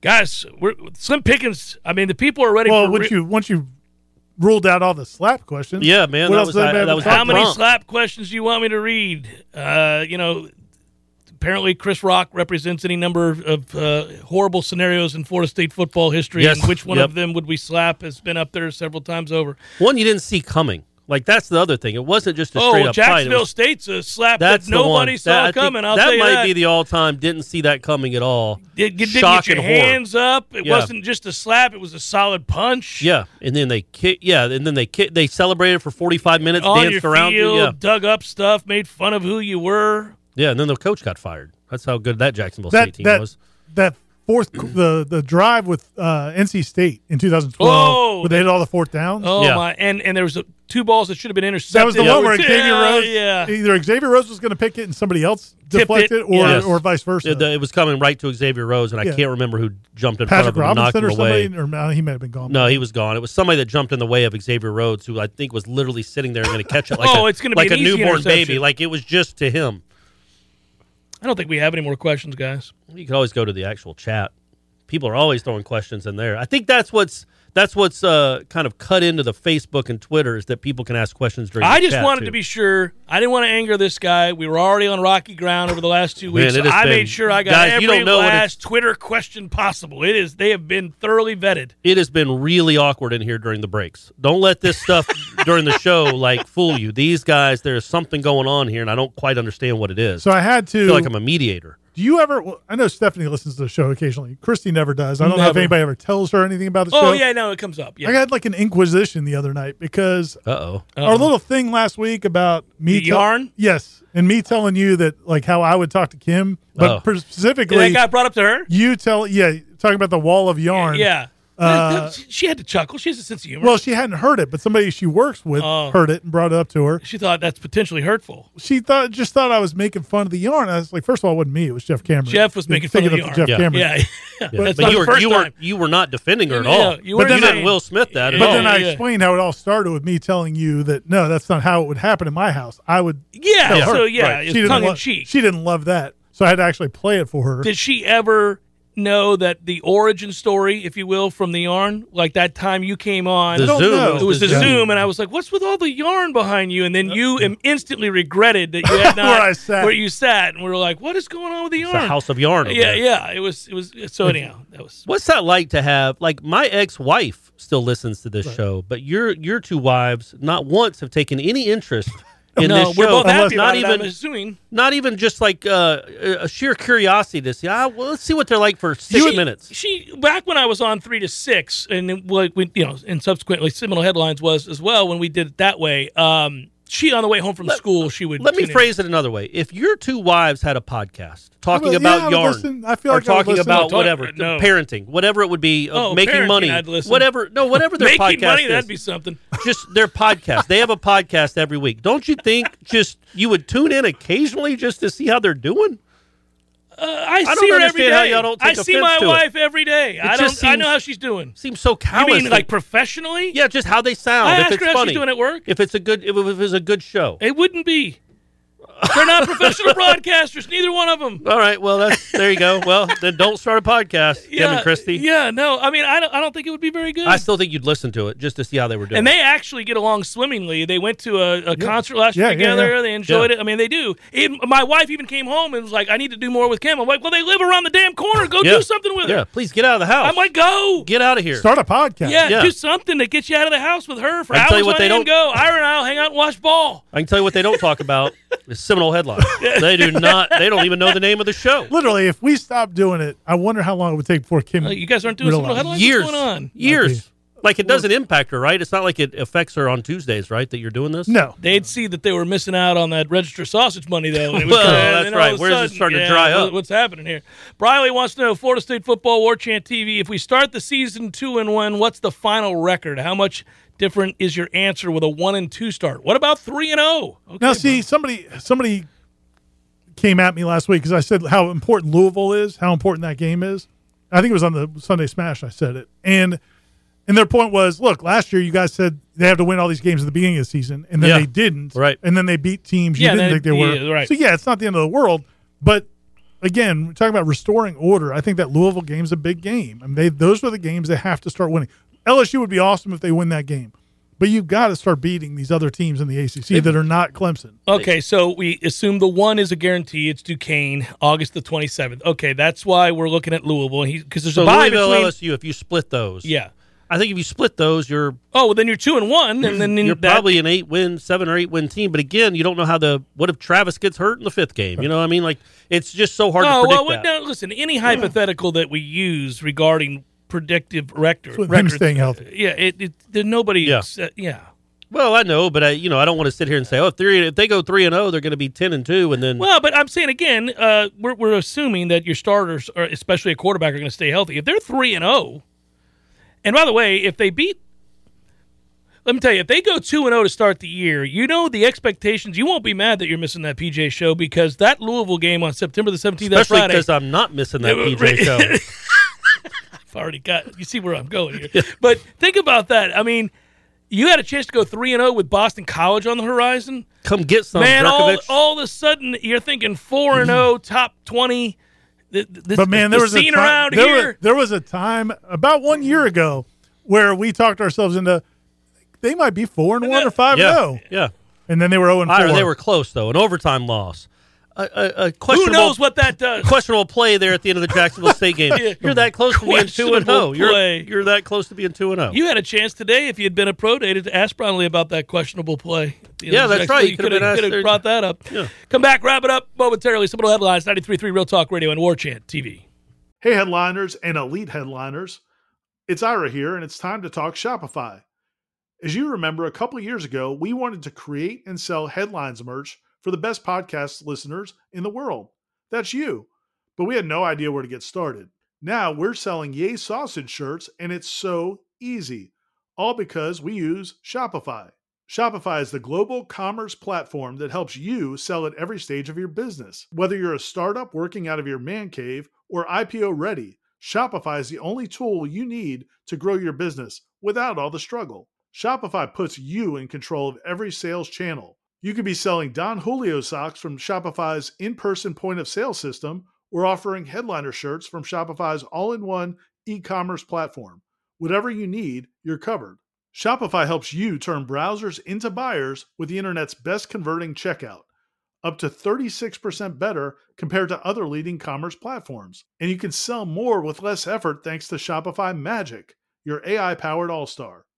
Speaker 1: guys, we're Slim Pickens. I mean, the people are ready.
Speaker 2: well,
Speaker 1: for re-
Speaker 2: once you once you ruled out all the slap questions,
Speaker 3: Yeah, man,
Speaker 2: What
Speaker 3: that
Speaker 2: else
Speaker 3: was-
Speaker 2: does
Speaker 3: I-
Speaker 2: man
Speaker 3: that
Speaker 2: have
Speaker 3: was
Speaker 2: to talk
Speaker 1: how many
Speaker 3: Trump.
Speaker 1: slap questions do you want me to read? Uh, you know, apparently Chris Rock represents any number of, of uh, horrible scenarios in Florida State football history.
Speaker 3: Yes.
Speaker 1: And which one
Speaker 3: Yep.
Speaker 1: of them would we slap has been up there several times over.
Speaker 3: One you didn't see coming. Like that's the other thing. It wasn't just a straight
Speaker 1: Oh,
Speaker 3: up fight. It
Speaker 1: Jacksonville
Speaker 3: was-
Speaker 1: State's a slap
Speaker 3: that's
Speaker 1: that
Speaker 3: the
Speaker 1: nobody
Speaker 3: one.
Speaker 1: saw
Speaker 3: That- I think
Speaker 1: coming. I'll
Speaker 3: that
Speaker 1: tell you
Speaker 3: might
Speaker 1: that.
Speaker 3: be the all time. Didn't see that coming at all.
Speaker 1: Did, did, didn't
Speaker 3: Shock
Speaker 1: get your
Speaker 3: and horror.
Speaker 1: hands up. It
Speaker 3: Yeah.
Speaker 1: wasn't just a slap. It was a solid punch.
Speaker 3: Yeah, and then they kick. Yeah, and then they kick. They celebrated for forty five minutes,
Speaker 1: On your
Speaker 3: danced around. you,
Speaker 1: field,
Speaker 3: Yeah,
Speaker 1: dug up stuff, made fun of who you were.
Speaker 3: yeah, and then the coach got fired. That's how good that Jacksonville
Speaker 2: that
Speaker 3: State team
Speaker 2: that
Speaker 3: was.
Speaker 2: that fourth the the drive with uh, NC State in 2012
Speaker 1: Oh!
Speaker 2: where they hit all the fourth downs.
Speaker 1: Oh
Speaker 3: Yeah.
Speaker 1: my! And and there was uh, two balls that should have been intercepted.
Speaker 2: That was the one where Xavier
Speaker 1: Yeah,
Speaker 2: Rose,
Speaker 1: Yeah.
Speaker 2: either Xavier Rose was going to pick it and somebody else deflected,
Speaker 1: it,
Speaker 2: or
Speaker 3: yes.
Speaker 2: or vice versa.
Speaker 3: It, it was coming right to Xavier Rose, and I
Speaker 2: Yeah.
Speaker 3: can't remember who jumped in
Speaker 2: Patrick
Speaker 3: front of him
Speaker 2: Robinson or
Speaker 3: and knocked him away.
Speaker 2: somebody, or no, he may have been gone.
Speaker 3: No, he was gone. It was somebody that jumped in the way of Xavier Rhodes, who I think was literally sitting there and going to catch
Speaker 1: <laughs>
Speaker 3: it like
Speaker 1: Oh,
Speaker 3: a,
Speaker 1: it's gonna be
Speaker 3: like
Speaker 1: an
Speaker 3: a
Speaker 1: easy
Speaker 3: newborn baby.
Speaker 1: interception.
Speaker 3: Like it was just to him.
Speaker 1: I don't think we have any more questions, guys.
Speaker 3: You can always go to the actual chat. people are always throwing questions in there. I think that's what's that's what's uh, kind of cut into the Facebook and Twitter is that people can ask questions during.
Speaker 1: I
Speaker 3: the
Speaker 1: just
Speaker 3: chat,
Speaker 1: wanted
Speaker 3: too.
Speaker 1: to be sure. I didn't want to anger this guy. We were already on rocky ground over the last two
Speaker 3: Man,
Speaker 1: weeks.
Speaker 3: it
Speaker 1: so
Speaker 3: has
Speaker 1: I
Speaker 3: been-
Speaker 1: made sure I got
Speaker 3: Guys,
Speaker 1: every
Speaker 3: you don't know what it's-
Speaker 1: last Twitter question possible. It is. They have been thoroughly vetted.
Speaker 3: it has been really awkward in here during the breaks. Don't let this
Speaker 1: <laughs>
Speaker 3: stuff during the show like fool you. These guys, there's something going on here, and I don't quite understand what it is.
Speaker 2: So I had to.
Speaker 3: I feel like I'm a mediator.
Speaker 2: do you ever? Well, I know Stephanie listens to the show occasionally. Christy never does. I don't know if
Speaker 1: Never.
Speaker 2: anybody ever tells her anything about the show.
Speaker 1: Oh yeah, no, it comes up. Yeah.
Speaker 2: I got like an inquisition the other night because
Speaker 3: Uh oh.
Speaker 2: our little thing last week about me
Speaker 1: The Um, yarn?
Speaker 2: Yes, and me telling you that like how I would talk to Kim, but
Speaker 3: Oh.
Speaker 2: specifically
Speaker 1: Did that guy brought up to her?
Speaker 2: you tell yeah talking about the wall of yarn.
Speaker 1: Yeah.
Speaker 2: Uh,
Speaker 1: she she had to chuckle. She has a sense of humor.
Speaker 2: Well, she hadn't heard it, but somebody she works with
Speaker 1: Oh.
Speaker 2: heard it and brought it up to her.
Speaker 1: she thought that's potentially hurtful.
Speaker 2: She thought just thought I was making fun of the yarn. I was like, first of all, it wasn't me. It was Jeff Cameron.
Speaker 1: Jeff was making fun
Speaker 2: Thinking
Speaker 1: of the yarn.
Speaker 2: Jeff
Speaker 3: Yeah.
Speaker 2: Cameron.
Speaker 1: Yeah. <laughs> yeah.
Speaker 3: Yeah,
Speaker 1: That's
Speaker 3: but
Speaker 1: not
Speaker 3: you
Speaker 1: the
Speaker 3: were
Speaker 1: first
Speaker 3: you
Speaker 1: time.
Speaker 3: were you were not defending her at
Speaker 1: Yeah,
Speaker 3: all.
Speaker 1: you
Speaker 3: but
Speaker 1: weren't
Speaker 3: then
Speaker 1: saying-
Speaker 3: Will Smith that. at
Speaker 2: But
Speaker 3: all.
Speaker 2: then I
Speaker 1: yeah.
Speaker 2: explained how it all started with me telling you that no, that's not how it would happen in my house. I would
Speaker 1: Yeah,
Speaker 2: tell her.
Speaker 1: so yeah, it's
Speaker 2: didn't
Speaker 1: tongue in
Speaker 2: lo-
Speaker 1: cheek.
Speaker 2: She didn't love that, so I had to actually play it for her.
Speaker 1: Did she ever know that the origin story, if you will, from the yarn? Like that time you came on,
Speaker 3: the
Speaker 2: don't
Speaker 3: Zoom.
Speaker 2: know.
Speaker 1: it was the Zoom, and I was like, "What's with all the yarn behind you?" And then you im- instantly regretted that you
Speaker 3: <laughs>
Speaker 1: had not
Speaker 2: Where I sat.
Speaker 1: where you sat, and we were like, "What is going on with the
Speaker 3: It's
Speaker 1: yarn?"
Speaker 3: a house of yarn. over
Speaker 1: yeah,
Speaker 3: there.
Speaker 1: yeah. It was, it was. So anyhow, that was.
Speaker 3: What's that like to have like my ex-wife still listens to this show, but your your two wives not once have taken any interest in
Speaker 1: <laughs> no,
Speaker 3: this show.
Speaker 1: we're both happy
Speaker 3: not
Speaker 1: about it,
Speaker 3: even
Speaker 1: I'm assuming.
Speaker 3: not even just like uh, a sheer curiosity to see. Ah, well, let's see what they're like for six
Speaker 1: she,
Speaker 3: minutes.
Speaker 1: She back when I was on three to six, and it- like when you know, and subsequently seminal headlines was as well when we did it that way. Um, she on the way home from school, she would
Speaker 3: Let me
Speaker 1: tune in.
Speaker 3: phrase it another way: If your two wives had a podcast talking
Speaker 2: would- yeah, I
Speaker 3: about
Speaker 2: would
Speaker 3: yarn,
Speaker 2: listen. I feel
Speaker 3: or
Speaker 2: like I would
Speaker 3: talking
Speaker 2: listen.
Speaker 3: about
Speaker 1: Talk-
Speaker 3: whatever
Speaker 1: uh, no.
Speaker 3: parenting, whatever it would be, of
Speaker 1: Oh,
Speaker 3: making
Speaker 1: parenting,
Speaker 3: money,
Speaker 1: I'd listen.
Speaker 3: whatever, no, whatever their
Speaker 1: <laughs>
Speaker 3: podcast
Speaker 1: Making money,
Speaker 3: is.
Speaker 1: that'd be something.
Speaker 3: <laughs> just their podcast. They have a podcast every week. Don't you
Speaker 1: <laughs>
Speaker 3: think just you would tune in occasionally just to see how they're doing?
Speaker 1: I,
Speaker 3: don't
Speaker 1: see her every day.
Speaker 3: understand how y'all don't
Speaker 1: I
Speaker 3: take
Speaker 1: see
Speaker 3: offense
Speaker 1: my
Speaker 3: to it.
Speaker 1: wife every day. I don't.
Speaker 3: just
Speaker 1: I
Speaker 3: seems-
Speaker 1: know how she's doing.
Speaker 3: Seems so
Speaker 1: You
Speaker 3: callous.
Speaker 1: mean like professionally?
Speaker 3: yeah, just how they sound.
Speaker 1: I
Speaker 3: if
Speaker 1: ask
Speaker 3: it's
Speaker 1: her how she's
Speaker 3: funny.
Speaker 1: doing at work.
Speaker 3: If it's a good, if, if it's a good show.
Speaker 1: It wouldn't be. They're
Speaker 3: <laughs>
Speaker 1: not professional broadcasters. Neither one of them.
Speaker 3: All right. Well, that's there. You go. Well, then don't start a podcast, Kevin Christie.
Speaker 1: <laughs> Yeah. No. I mean, I don't. I don't think it would be very good.
Speaker 3: I still think you'd listen to it just to see how they were doing.
Speaker 1: And they actually get along swimmingly. They went to a, a concert last year
Speaker 2: Yeah, yeah,
Speaker 1: together.
Speaker 2: yeah.
Speaker 1: They enjoyed
Speaker 3: Yeah.
Speaker 1: it. I mean, they do. Even- my wife even came home and was like, "I need to do more with Kim." I'm like, "Well, they live around the damn corner. Go
Speaker 3: yeah.
Speaker 1: do something with
Speaker 3: Yeah.
Speaker 1: her."
Speaker 3: Please get out of the house.
Speaker 1: I'm like, "Go."
Speaker 3: get out of here.
Speaker 2: Start a podcast.
Speaker 1: Yeah,
Speaker 3: Yeah.
Speaker 1: do something to get you out of the house with her for
Speaker 3: I
Speaker 1: hours
Speaker 3: tell you what,
Speaker 1: on
Speaker 3: they
Speaker 1: end.
Speaker 3: don't-
Speaker 1: Go, Ira and I'll hang out and watch ball.
Speaker 3: I can tell you what they don't talk
Speaker 1: <laughs>
Speaker 3: about is Seminole headlines. They do not. They don't even know the name of the show.
Speaker 2: Literally, if we stopped doing it, I wonder how long it would take before Kim.
Speaker 1: Like, Uh, you guys aren't doing
Speaker 2: realized.
Speaker 1: some headlines.
Speaker 3: years,
Speaker 1: What's going on?
Speaker 3: years. Like it doesn't impact her, right? It's not like it affects her on Tuesdays, right? That you're doing this.
Speaker 2: No,
Speaker 1: They'd see that they were missing out on that register sausage money, though. and it was
Speaker 3: Well,
Speaker 1: gone,
Speaker 3: that's
Speaker 1: and then all
Speaker 3: right.
Speaker 1: of a
Speaker 3: Where's it
Speaker 1: sudden,
Speaker 3: starting to dry
Speaker 1: what-
Speaker 3: up?
Speaker 1: What's happening here? Briley wants to know Florida State football war chant TV. If we start the season two and one, what's the final record? How much different is your answer with a one and two start? What about three and oh? zero? Okay,
Speaker 2: now see somebody somebody came at me last week because I said how important Louisville is, how important that game is. I think it was on the Sunday Smash. I said it, and and their point was, look, last year you guys said they have to win all these games at the beginning of the season, and then
Speaker 3: Yeah.
Speaker 2: they didn't,
Speaker 3: Right.
Speaker 2: And then they beat teams you
Speaker 1: Yeah,
Speaker 2: didn't
Speaker 1: they-
Speaker 2: think they were,
Speaker 1: yeah, right.
Speaker 2: So yeah, it's not the end of the world, but. Again, we're talking about restoring order. I think that Louisville game's a big game. I mean, they, those are the games they have to start winning. LSU would be awesome if they win that game, but you've got to start beating these other teams in the ACC that are not Clemson.
Speaker 1: Okay, so we assume the one is a guarantee. It's Duquesne, August the twenty seventh. Okay, that's why we're looking at Louisville because there's
Speaker 3: So
Speaker 1: a bye
Speaker 3: Louisville,
Speaker 1: between.
Speaker 3: LSU. If you split those,
Speaker 1: Yeah.
Speaker 3: I think if you split those, you're
Speaker 1: Oh, well, then you're two and one, and then
Speaker 3: you're
Speaker 1: that-
Speaker 3: probably an eight win, seven or eight win team. But again, you don't know how the what if Travis gets hurt in the fifth game? You know, what I mean, like it's just so hard to
Speaker 1: Oh
Speaker 3: predict
Speaker 1: well,
Speaker 3: that.
Speaker 1: no, listen. Any hypothetical that we use regarding predictive rector,
Speaker 2: with him
Speaker 1: records,
Speaker 2: staying healthy.
Speaker 1: yeah, it, it there- nobody,
Speaker 3: Yeah.
Speaker 1: said- yeah.
Speaker 3: Well, I know, but I you know I don't want to sit here and say oh if three if they go three and oh they're going to be ten and two and then
Speaker 1: Well, but I'm saying again, uh, we're we're assuming that your starters, or especially a quarterback, are going to stay healthy. If they're three and zero, and by the way, if they beat, let me tell you, if they go two and zero to start the year, you know the expectations. You won't be mad that you're missing that PJ show because that Louisville game on September the seventeenth, that's
Speaker 3: especially
Speaker 1: Friday.
Speaker 3: because I'm not missing that
Speaker 1: Yeah, but-
Speaker 3: PJ show.
Speaker 1: <laughs> I've already got. You see where I'm going here. But think about that. I mean, you had a chance to go three and zero with Boston College on the horizon.
Speaker 3: Come get some,
Speaker 1: Man, all,
Speaker 3: Jerkovich. Mm-hmm.
Speaker 1: all of a sudden you're thinking four and zero, top oh, twenty. th- th- this,
Speaker 6: But man, there
Speaker 1: the
Speaker 6: was
Speaker 1: scene
Speaker 6: a time,
Speaker 1: around
Speaker 6: there
Speaker 1: here.
Speaker 6: Was, there was a time about one year ago where we talked ourselves into they might be four and one or five
Speaker 3: yeah,
Speaker 6: and
Speaker 2: oh,
Speaker 6: zero,
Speaker 3: yeah.
Speaker 6: and then they were zero and
Speaker 3: Ira,
Speaker 6: four.
Speaker 3: they were close though. An overtime loss. A, a, a
Speaker 1: Who
Speaker 3: questionable,
Speaker 1: knows what that <laughs> does?
Speaker 3: questionable play there at the end of the Jacksonville State game.
Speaker 1: <laughs> Yeah.
Speaker 3: You're that close to being two and
Speaker 1: Questionable
Speaker 3: zero. You're
Speaker 1: play.
Speaker 3: you're that close to being two and oh. zero.
Speaker 1: You had a chance today if you'd been a pro day to ask Brownlee about that questionable play. You
Speaker 3: Yeah, that's
Speaker 1: next
Speaker 3: right.
Speaker 1: week
Speaker 3: You
Speaker 1: You
Speaker 3: could've
Speaker 1: could
Speaker 3: been
Speaker 1: have,
Speaker 3: asked
Speaker 1: could
Speaker 3: there.
Speaker 1: have brought that up.
Speaker 3: Yeah.
Speaker 1: Come back, wrap it up momentarily. Some of the headlines 93.3 Real Talk Radio and War Chant TV.
Speaker 2: Hey, headliners and elite headliners. It's Ira here, and it's time to talk Shopify. As you remember, a couple years ago, we wanted to create and sell headlines merch for the best podcast listeners in the world. That's you. But we had no idea where to get started. Now we're selling Yay Sausage shirts, and it's so easy, all because we use Shopify. Shopify is the global commerce platform that helps you sell at every stage of your business. Whether you're a startup working out of your man cave or IPO ready, Shopify is the only tool you need to grow your business without all the struggle. Shopify puts you in control of every sales channel. You could be selling Don Julio socks from Shopify's in person point of sale system or offering headliner shirts from Shopify's all in one e commerce platform. Whatever you need, you're covered. Shopify helps you turn browsers into buyers with the internet's best converting checkout, up to 36% better compared to other leading commerce platforms. And you can sell more with less effort thanks to Shopify Magic, your AI powered all star.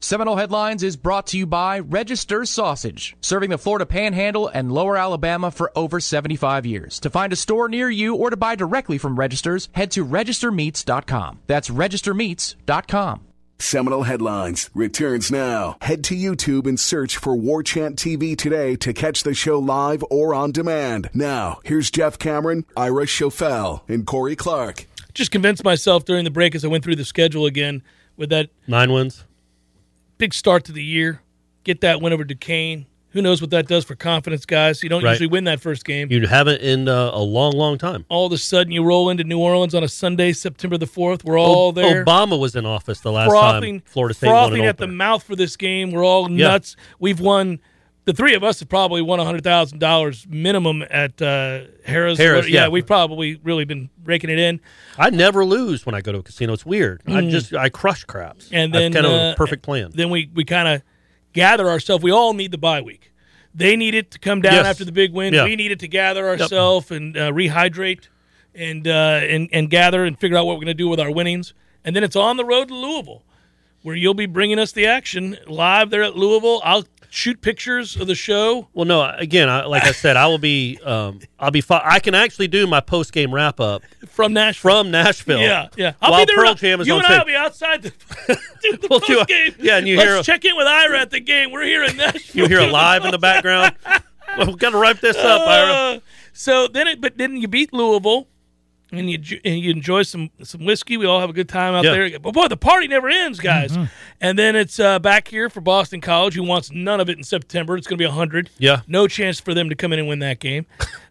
Speaker 4: Seminole Headlines is brought to you by Register Sausage, serving the Florida Panhandle and Lower Alabama for over 75 years. To find a store near you or to buy directly from Registers, head to registermeats.com. That's registermeats.com.
Speaker 7: Seminal Headlines returns now. Head to YouTube and search for War Chant TV today to catch the show live or on demand. Now, here's Jeff Cameron, Ira Schofel, and Corey Clark.
Speaker 1: Just convinced myself during the break as I went through the schedule again with that
Speaker 3: Nine wins.
Speaker 1: big start to the year, get that win over Duquesne. Who knows what that does for confidence, guys? You don't
Speaker 3: Right.
Speaker 1: usually win that first game.
Speaker 3: You haven't in uh, a long, long time.
Speaker 1: all of a sudden, you roll into New Orleans on a Sunday, September the 4th. We're all there.
Speaker 3: Obama was in office the last
Speaker 1: frothing,
Speaker 3: Oh, time Florida State won
Speaker 1: frothing
Speaker 3: an
Speaker 1: at the
Speaker 3: opener.
Speaker 1: mouth for this game. We're all
Speaker 3: Yeah.
Speaker 1: nuts. We've won. The three of us have probably won hundred thousand dollars minimum at uh, Harris.
Speaker 3: Harrah's, yeah.
Speaker 1: we've probably really been raking it in.
Speaker 3: I never lose when I go to a casino. It's weird. I just I crush craps.
Speaker 1: Mm. And
Speaker 3: I've
Speaker 1: then
Speaker 3: kind of
Speaker 1: uh,
Speaker 3: a perfect plan.
Speaker 1: Then we we kind of gather ourselves. We all need the bye week. They need it to come down
Speaker 3: Yes.
Speaker 1: after the big win.
Speaker 3: Yeah.
Speaker 1: We need it to gather ourselves and uh, rehydrate and uh, and and gather and figure out what we're going to do with our winnings. And then it's on the road to Louisville, where you'll be bringing us the action live there at Louisville. I'll shoot pictures of the show.
Speaker 3: Well, no. Again, I, like I said, I will be. Um, I'll be. Fi- I can actually do my post game wrap up
Speaker 1: From Nashville.
Speaker 3: from Nashville.
Speaker 1: Yeah, yeah. I'll
Speaker 3: while
Speaker 1: be there.
Speaker 3: Pearl Jam is
Speaker 1: you
Speaker 3: on
Speaker 1: and
Speaker 3: stage.
Speaker 1: I'll be outside <laughs> the, dude, the
Speaker 3: Well, you-
Speaker 1: post game.
Speaker 3: yeah, and you
Speaker 1: Let's
Speaker 3: hear-
Speaker 1: check in with Ira at the game. We're here in
Speaker 3: <laughs>
Speaker 1: Nashville.
Speaker 3: you hear a
Speaker 1: doing
Speaker 3: live in the
Speaker 1: <laughs>
Speaker 3: background. We've got to wrap this up, Ira.
Speaker 1: Uh, so then, it, but then you beat Louisville, and you ju- and you enjoy some some whiskey. We all have a good time out
Speaker 3: Yeah. Mm-hmm.
Speaker 1: there. But boy, the party never ends, guys. And then it's uh, back here for Boston College, who wants none of it in September. It's going to be hundred.
Speaker 3: Yeah.
Speaker 1: no chance for them to come in and win that
Speaker 3: <laughs>
Speaker 1: game.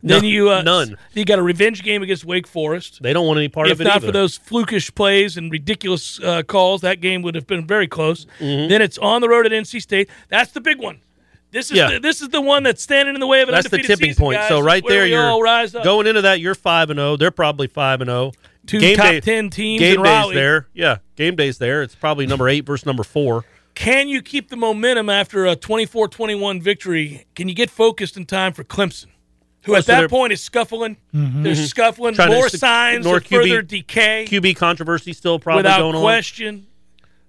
Speaker 1: then you uh,
Speaker 3: none.
Speaker 1: You got a revenge game against Wake Forest.
Speaker 3: They don't want any part
Speaker 1: If
Speaker 3: of it
Speaker 1: not
Speaker 3: either.
Speaker 1: for those flukish plays and ridiculous uh, calls, that game would have been very close.
Speaker 3: Mm-hmm.
Speaker 1: Then it's on the road at NC State. That's the big one. This is
Speaker 3: Yeah.
Speaker 1: the, this is the one that's standing in the way of an
Speaker 3: That's the
Speaker 1: undefeated
Speaker 3: tipping
Speaker 1: season,
Speaker 3: point.
Speaker 1: guys.
Speaker 3: So
Speaker 1: It's
Speaker 3: right
Speaker 1: where
Speaker 3: there,
Speaker 1: we
Speaker 3: you're
Speaker 1: all rise up.
Speaker 3: going into that. You're five and zero. They're probably five and zero.
Speaker 1: Two top 10 teams
Speaker 3: Game
Speaker 1: in
Speaker 3: days
Speaker 1: Raleigh.
Speaker 3: there. Yeah, game days there. It's probably number eight versus number four.
Speaker 1: Can you keep the momentum after a 24-21 victory? Can you get focused in time for Clemson, who
Speaker 3: Oh,
Speaker 1: at
Speaker 3: so they're- Mm-hmm.
Speaker 1: that point is scuffling? They're scuffling.
Speaker 3: Trying to
Speaker 1: More
Speaker 3: sec-
Speaker 1: signs
Speaker 3: more
Speaker 1: of
Speaker 3: QB
Speaker 1: further decay.
Speaker 3: QB controversy still probably
Speaker 1: without
Speaker 3: going
Speaker 1: question.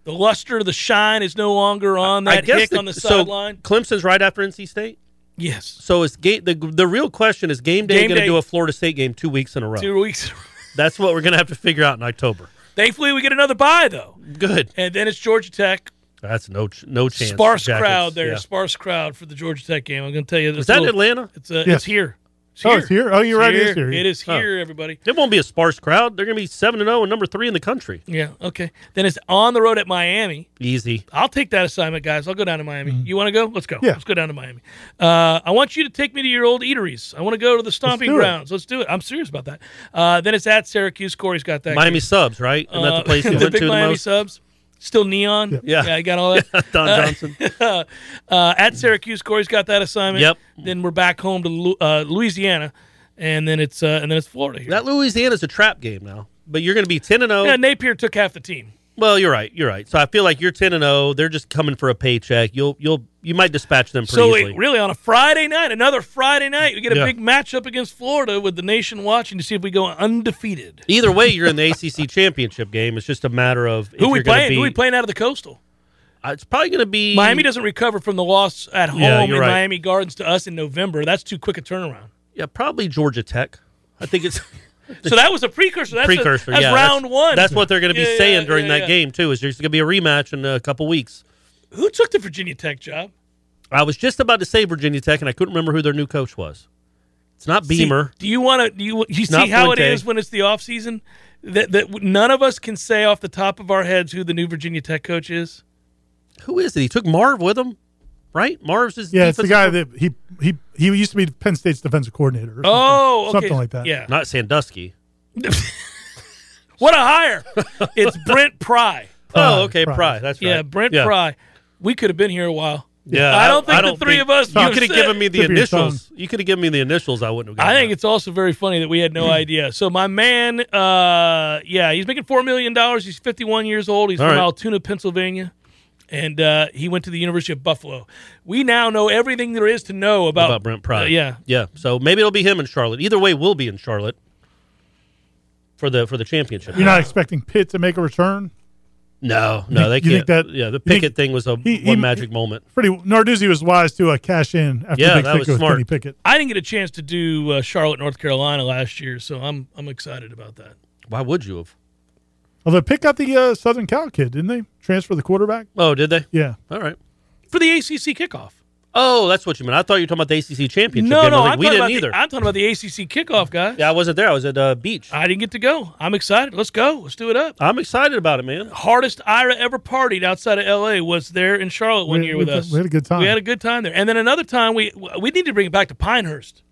Speaker 1: The luster, the shine is no longer on
Speaker 3: on.
Speaker 1: that hick
Speaker 3: the-
Speaker 1: on the
Speaker 3: so
Speaker 1: sideline.
Speaker 3: Clemson's right after NC State.
Speaker 1: yes,
Speaker 3: So is game, the the real question is game day
Speaker 1: Game
Speaker 3: going to
Speaker 1: day.
Speaker 3: do a Florida State game two weeks in a row?
Speaker 1: two weeks.
Speaker 3: That's what we're going to have to figure out in October.
Speaker 1: Thankfully, we get another bye though,
Speaker 3: Good.
Speaker 1: and then it's Georgia Tech.
Speaker 3: That's no ch- no chance.
Speaker 1: sparse
Speaker 3: Jackets.
Speaker 1: crowd there.
Speaker 3: Yeah.
Speaker 1: Sparse crowd for the Georgia Tech game. I'm going to tell you.
Speaker 3: Was that in Atlanta?
Speaker 1: It's uh,
Speaker 6: Yes.
Speaker 1: it's here.
Speaker 2: Oh, it's here? Oh, you're right, it is here.
Speaker 1: It is
Speaker 3: Oh.
Speaker 1: here, everybody.
Speaker 3: It won't be a sparse crowd. They're going to be 7 and 0 and number 3 in the country.
Speaker 1: Yeah, okay. Then it's on the road at Miami.
Speaker 3: Easy.
Speaker 1: I'll take that assignment, guys. I'll go down to Miami. You want to go? Let's go.
Speaker 2: Mm-hmm. Yeah.
Speaker 1: Let's go down to Miami. Uh, I want you to take me to your old eateries. I want to go to the stomping
Speaker 2: do it.
Speaker 1: grounds. Let's do it. I'm serious about that. Uh, then it's at Syracuse. Corey's got that.
Speaker 3: Miami
Speaker 1: game.
Speaker 3: subs, right? Isn't that
Speaker 1: Uh,
Speaker 3: the place
Speaker 1: <laughs>
Speaker 3: you
Speaker 1: the
Speaker 3: went
Speaker 1: big
Speaker 3: to the
Speaker 1: Miami
Speaker 3: most?
Speaker 1: subs. Still neon.
Speaker 3: <laughs> Yeah.
Speaker 1: yeah, you got all that.
Speaker 3: Don
Speaker 1: Uh, <laughs>
Speaker 3: Johnson.
Speaker 1: uh, at Syracuse, Corey's got that assignment.
Speaker 3: Yep.
Speaker 1: Then we're back home to Lu- uh, Louisiana, and then it's uh, and then it's Florida here.
Speaker 3: That Louisiana's a trap game now. But you're going to be 10 and 0.
Speaker 1: yeah, Napier took half the team.
Speaker 3: Well, you're right. You're right. So I feel like you're 10 and 0. They're just coming for a paycheck. You'll you'll you might dispatch them pretty
Speaker 1: So
Speaker 3: easily.
Speaker 1: it, really, on a Friday night, another Friday night, we get a
Speaker 3: Yeah.
Speaker 1: big matchup against Florida with the nation watching to see if we go undefeated.
Speaker 3: Either way, you're in the <laughs> ACC championship game. It's just a matter of if
Speaker 1: Who we
Speaker 3: you're gonna
Speaker 1: playing?
Speaker 3: Be,
Speaker 1: Who we playing out of the coastal?
Speaker 3: Uh, It's probably going to be
Speaker 1: Miami doesn't recover from the loss at home
Speaker 3: Yeah,
Speaker 1: in
Speaker 3: you're right.
Speaker 1: Miami Gardens to us in November. That's too quick a turnaround.
Speaker 3: Yeah, probably Georgia Tech. I think it's
Speaker 1: So that was a precursor. <laughs> That's a-
Speaker 3: precursor.
Speaker 1: that's
Speaker 3: yeah,
Speaker 1: round
Speaker 3: that's,
Speaker 1: one.
Speaker 3: That's what they're going to be
Speaker 1: Yeah, yeah,
Speaker 3: saying during
Speaker 1: yeah,
Speaker 3: that
Speaker 1: yeah.
Speaker 3: game too. Is there's going to be a rematch in a couple weeks.
Speaker 1: Who took the Virginia Tech job?
Speaker 3: I was just about to say Virginia Tech, and I couldn't remember who their new coach was. It's not Beamer.
Speaker 1: See, do you want to? Do you you see
Speaker 3: Not
Speaker 1: how it
Speaker 3: Fuente.
Speaker 1: is when it's the off season? That that none of us can say off the top of our heads who the new Virginia Tech coach is.
Speaker 3: who is it? He took Marv with him, right? Marv's his
Speaker 2: Yeah, it's the
Speaker 3: defensive
Speaker 2: guy
Speaker 3: co-
Speaker 2: that he he he used to be Penn State's defensive coordinator. Or something,
Speaker 1: Oh, okay.
Speaker 2: something like that.
Speaker 1: Yeah.
Speaker 3: not Sandusky.
Speaker 1: What
Speaker 3: <laughs>
Speaker 1: a hire! it's Brent Pry.
Speaker 3: oh, okay, Pride.
Speaker 2: Pride.
Speaker 3: That's right.
Speaker 1: Yeah, Brent Pry. We could have been here a while.
Speaker 3: Yeah,
Speaker 1: I don't think the three of us
Speaker 3: You
Speaker 1: would
Speaker 3: could have
Speaker 1: sit.
Speaker 3: given me the
Speaker 2: Tip of your tongue.
Speaker 3: initials. You could have given me the initials. I wouldn't have. Gotten
Speaker 1: I think
Speaker 3: that.
Speaker 1: it's also very funny that we had
Speaker 3: <clears throat>
Speaker 1: no idea. So my man, uh, yeah, he's making four million dollars. He's fifty-one years old. He's
Speaker 3: All
Speaker 1: from
Speaker 3: right.
Speaker 1: Altoona, Pennsylvania, and uh, he went to the University of Buffalo. We now know everything there is to know about,
Speaker 3: about Brent Pride.
Speaker 1: Uh, yeah,
Speaker 3: yeah. So maybe it'll be him in Charlotte. Either way, we'll be in Charlotte for the for the championship.
Speaker 2: You're not expecting Pitt to make a return.
Speaker 3: no, no, they
Speaker 2: You think
Speaker 3: can't.
Speaker 2: that-
Speaker 3: yeah, the
Speaker 2: you think-
Speaker 3: Pickett thing was a
Speaker 2: he- he-
Speaker 3: one magic moment.
Speaker 2: Pretty Narduzzi was wise to uh, cash in after
Speaker 3: Yeah,
Speaker 2: the big
Speaker 3: that
Speaker 2: pick
Speaker 3: was
Speaker 2: with
Speaker 3: smart.
Speaker 2: Kenny Pickett.
Speaker 1: I didn't get a chance to do uh, Charlotte, North Carolina last year, so I'm I'm excited about that.
Speaker 3: Why would you have?
Speaker 2: Although Pitt got the uh, Southern Cal kid, didn't they? Transfer the quarterback.
Speaker 3: Oh, did they?
Speaker 2: Yeah,
Speaker 3: All right.
Speaker 1: For the ACC kickoff.
Speaker 3: Oh, that's what you meant. I thought you were talking about the ACC championship.
Speaker 1: No,
Speaker 3: game.
Speaker 1: no,
Speaker 3: I think
Speaker 1: I'm
Speaker 3: we
Speaker 1: talking,
Speaker 3: didn't
Speaker 1: about
Speaker 3: either.
Speaker 1: the, I'm talking about the ACC kickoff, guys.
Speaker 3: yeah, I wasn't there. I was at uh, beach.
Speaker 1: I didn't get to go. I'm excited. Let's go. Let's do it up.
Speaker 3: I'm excited about it, man.
Speaker 1: hardest Ira ever partied outside of L.A. was there in Charlotte one
Speaker 2: We-
Speaker 1: year
Speaker 2: we-
Speaker 1: with us.
Speaker 2: we had a good time.
Speaker 1: We had a good time there, and then another time we we need to bring it back to Pinehurst.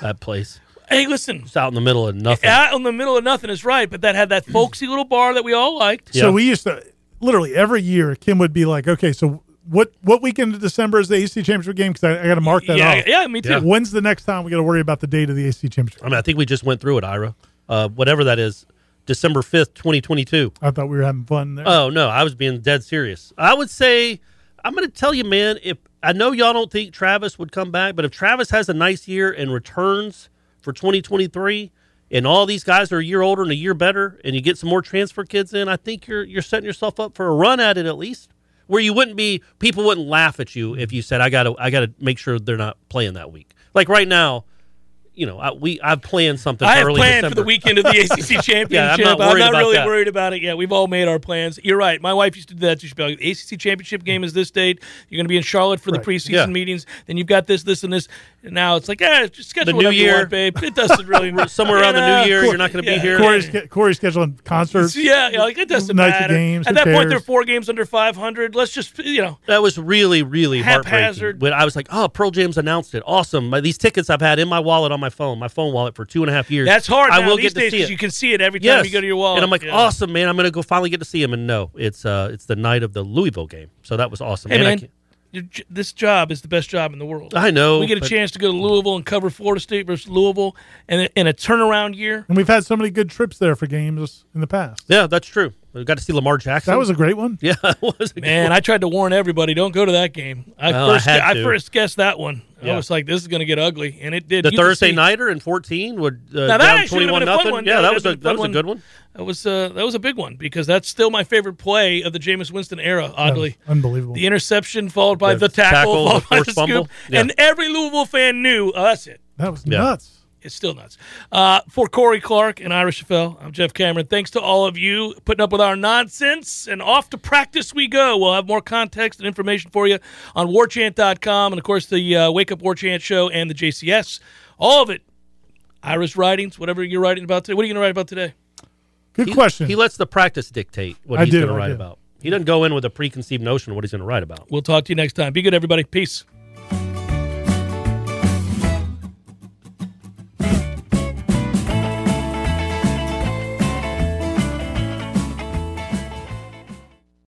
Speaker 3: That place.
Speaker 1: Hey, listen,
Speaker 3: It's out in the middle of nothing.
Speaker 1: out in the middle of nothing is right, but that had that folksy little bar that we all liked.
Speaker 3: Yeah.
Speaker 2: So we used to literally every year Kim would be like, "Okay, so what what weekend of December is the AC championship game? Because I, I got to mark that
Speaker 1: yeah,
Speaker 2: off.
Speaker 1: yeah, me too.
Speaker 2: When's the next time we got to worry about the date of the AC championship?
Speaker 3: I mean, I think we just went through it, Ira. Uh, whatever that is, December fifth, twenty twenty two.
Speaker 2: I thought we were having fun there.
Speaker 3: Oh no, I was being dead serious. I would say I'm going to tell you, man. If I know y'all don't think Travis would come back, but if Travis has a nice year and returns for 2023, and all these guys are a year older and a year better, and you get some more transfer kids in, I think you're you're setting yourself up for a run at it at least, where you wouldn't be people wouldn't laugh at you if you said I got to I got to make sure they're not playing that week. Like right now, you know, I, we I've planned something.
Speaker 1: I
Speaker 3: for
Speaker 1: have
Speaker 3: early
Speaker 1: planned for
Speaker 3: December.
Speaker 1: the weekend of the
Speaker 3: <laughs>
Speaker 1: ACC championship.
Speaker 3: Yeah, I'm not worried about
Speaker 1: really
Speaker 3: that.
Speaker 1: worried about it. Yeah, we've all made our plans. You're right. My wife used to do that. She used to be like, the ACC championship game is this date. You're going to be in Charlotte for the preseason
Speaker 3: Yeah.
Speaker 1: meetings. Then you've got this, this, and this. And now it's like, eh, just schedule
Speaker 3: new
Speaker 1: whatever you
Speaker 3: year.
Speaker 1: want, babe. It doesn't really
Speaker 3: <laughs>
Speaker 1: matter.
Speaker 3: Somewhere around the
Speaker 1: Yeah,
Speaker 3: new year,
Speaker 1: Corey-
Speaker 3: you're not going to
Speaker 1: yeah.
Speaker 3: be here. Mm,
Speaker 2: Corey's Corey's, sch- Corey's scheduling
Speaker 1: <laughs>
Speaker 2: concerts.
Speaker 1: Yeah, yeah, like it doesn't
Speaker 2: Night
Speaker 1: matter.
Speaker 2: games,
Speaker 1: At
Speaker 2: who
Speaker 1: that point, they're
Speaker 2: cares?
Speaker 1: four games under 500. Let's just, you know,
Speaker 3: That was really, really heartbreaking.
Speaker 1: Haphazard.
Speaker 3: When I was like, "Oh, Pearl Jam's announced it! Awesome! My, these tickets I've had in my wallet on my phone, my phone wallet for two and a half years.
Speaker 1: that's hard.
Speaker 3: I
Speaker 1: now
Speaker 3: will
Speaker 1: these
Speaker 3: get to
Speaker 1: days
Speaker 3: see
Speaker 1: 'cause
Speaker 3: it.
Speaker 1: You can see it every time
Speaker 3: yes.
Speaker 1: you go to your wallet.
Speaker 3: and I'm like,
Speaker 1: Yeah.
Speaker 3: "Awesome, man! I'm going to go finally get to see him." And no, it's uh, it's the night of the Louisville game, so that was awesome.
Speaker 1: Hey,
Speaker 3: And I
Speaker 1: man,
Speaker 3: can't-
Speaker 1: your j- this job is the best job in the world.
Speaker 3: I, know
Speaker 1: we get a
Speaker 3: but
Speaker 1: chance to go to Louisville and cover Florida State versus Louisville and in a turnaround year.
Speaker 2: And we've had so many good trips there for games in the past.
Speaker 3: Yeah, that's true. We got to see Lamar Jackson.
Speaker 2: That was a great one.
Speaker 3: <laughs> yeah, it was a
Speaker 1: Man, I tried to warn everybody, don't go to that game. I
Speaker 3: Well, I
Speaker 1: first
Speaker 3: had
Speaker 1: I,
Speaker 3: to.
Speaker 1: first guessed that one.
Speaker 3: Yeah.
Speaker 1: I was like, this is going to get ugly, and it did.
Speaker 3: the
Speaker 1: You could
Speaker 3: Thursday
Speaker 1: see-
Speaker 3: nighter in 14 would uh,
Speaker 1: Now, that
Speaker 3: down
Speaker 1: actually would've been
Speaker 3: 21
Speaker 1: a fun
Speaker 3: nothing.
Speaker 1: one.
Speaker 3: Yeah,
Speaker 1: That
Speaker 3: that
Speaker 1: would've
Speaker 3: was
Speaker 1: been
Speaker 3: a
Speaker 1: a fun
Speaker 3: that was
Speaker 1: one.
Speaker 3: a good one.
Speaker 1: That was uh, that was a big one because that's still my favorite play of the Jameis Winston era.
Speaker 2: That was
Speaker 1: Oddly,
Speaker 2: unbelievable.
Speaker 1: the interception followed by
Speaker 3: The
Speaker 1: the, tackle,
Speaker 3: tackle,
Speaker 1: followed
Speaker 3: the
Speaker 1: by the
Speaker 3: forced fumble.
Speaker 1: scoop,
Speaker 3: Yeah.
Speaker 1: and every Louisville fan knew oh, that's it.
Speaker 2: that was
Speaker 3: Yeah.
Speaker 2: nuts.
Speaker 1: It's still nuts. Uh, for Corey Clark and Irish Chaffel, I'm Jeff Cameron. Thanks to all of you putting up with our nonsense. And off to practice we go. We'll have more context and information for you on warchant.com and, of course, the uh, Wake Up War Chant show and the JCS all of it. Ira's writings, whatever you're writing about today. What are you going to write about today?
Speaker 2: Good
Speaker 3: He-
Speaker 2: question.
Speaker 3: He lets the practice dictate what
Speaker 2: I
Speaker 3: he's
Speaker 2: do,
Speaker 3: going to
Speaker 2: I
Speaker 3: write
Speaker 2: do.
Speaker 3: about. He doesn't go in with a preconceived notion of what he's going to write about.
Speaker 1: We'll talk to you next time. Be good, everybody. Peace.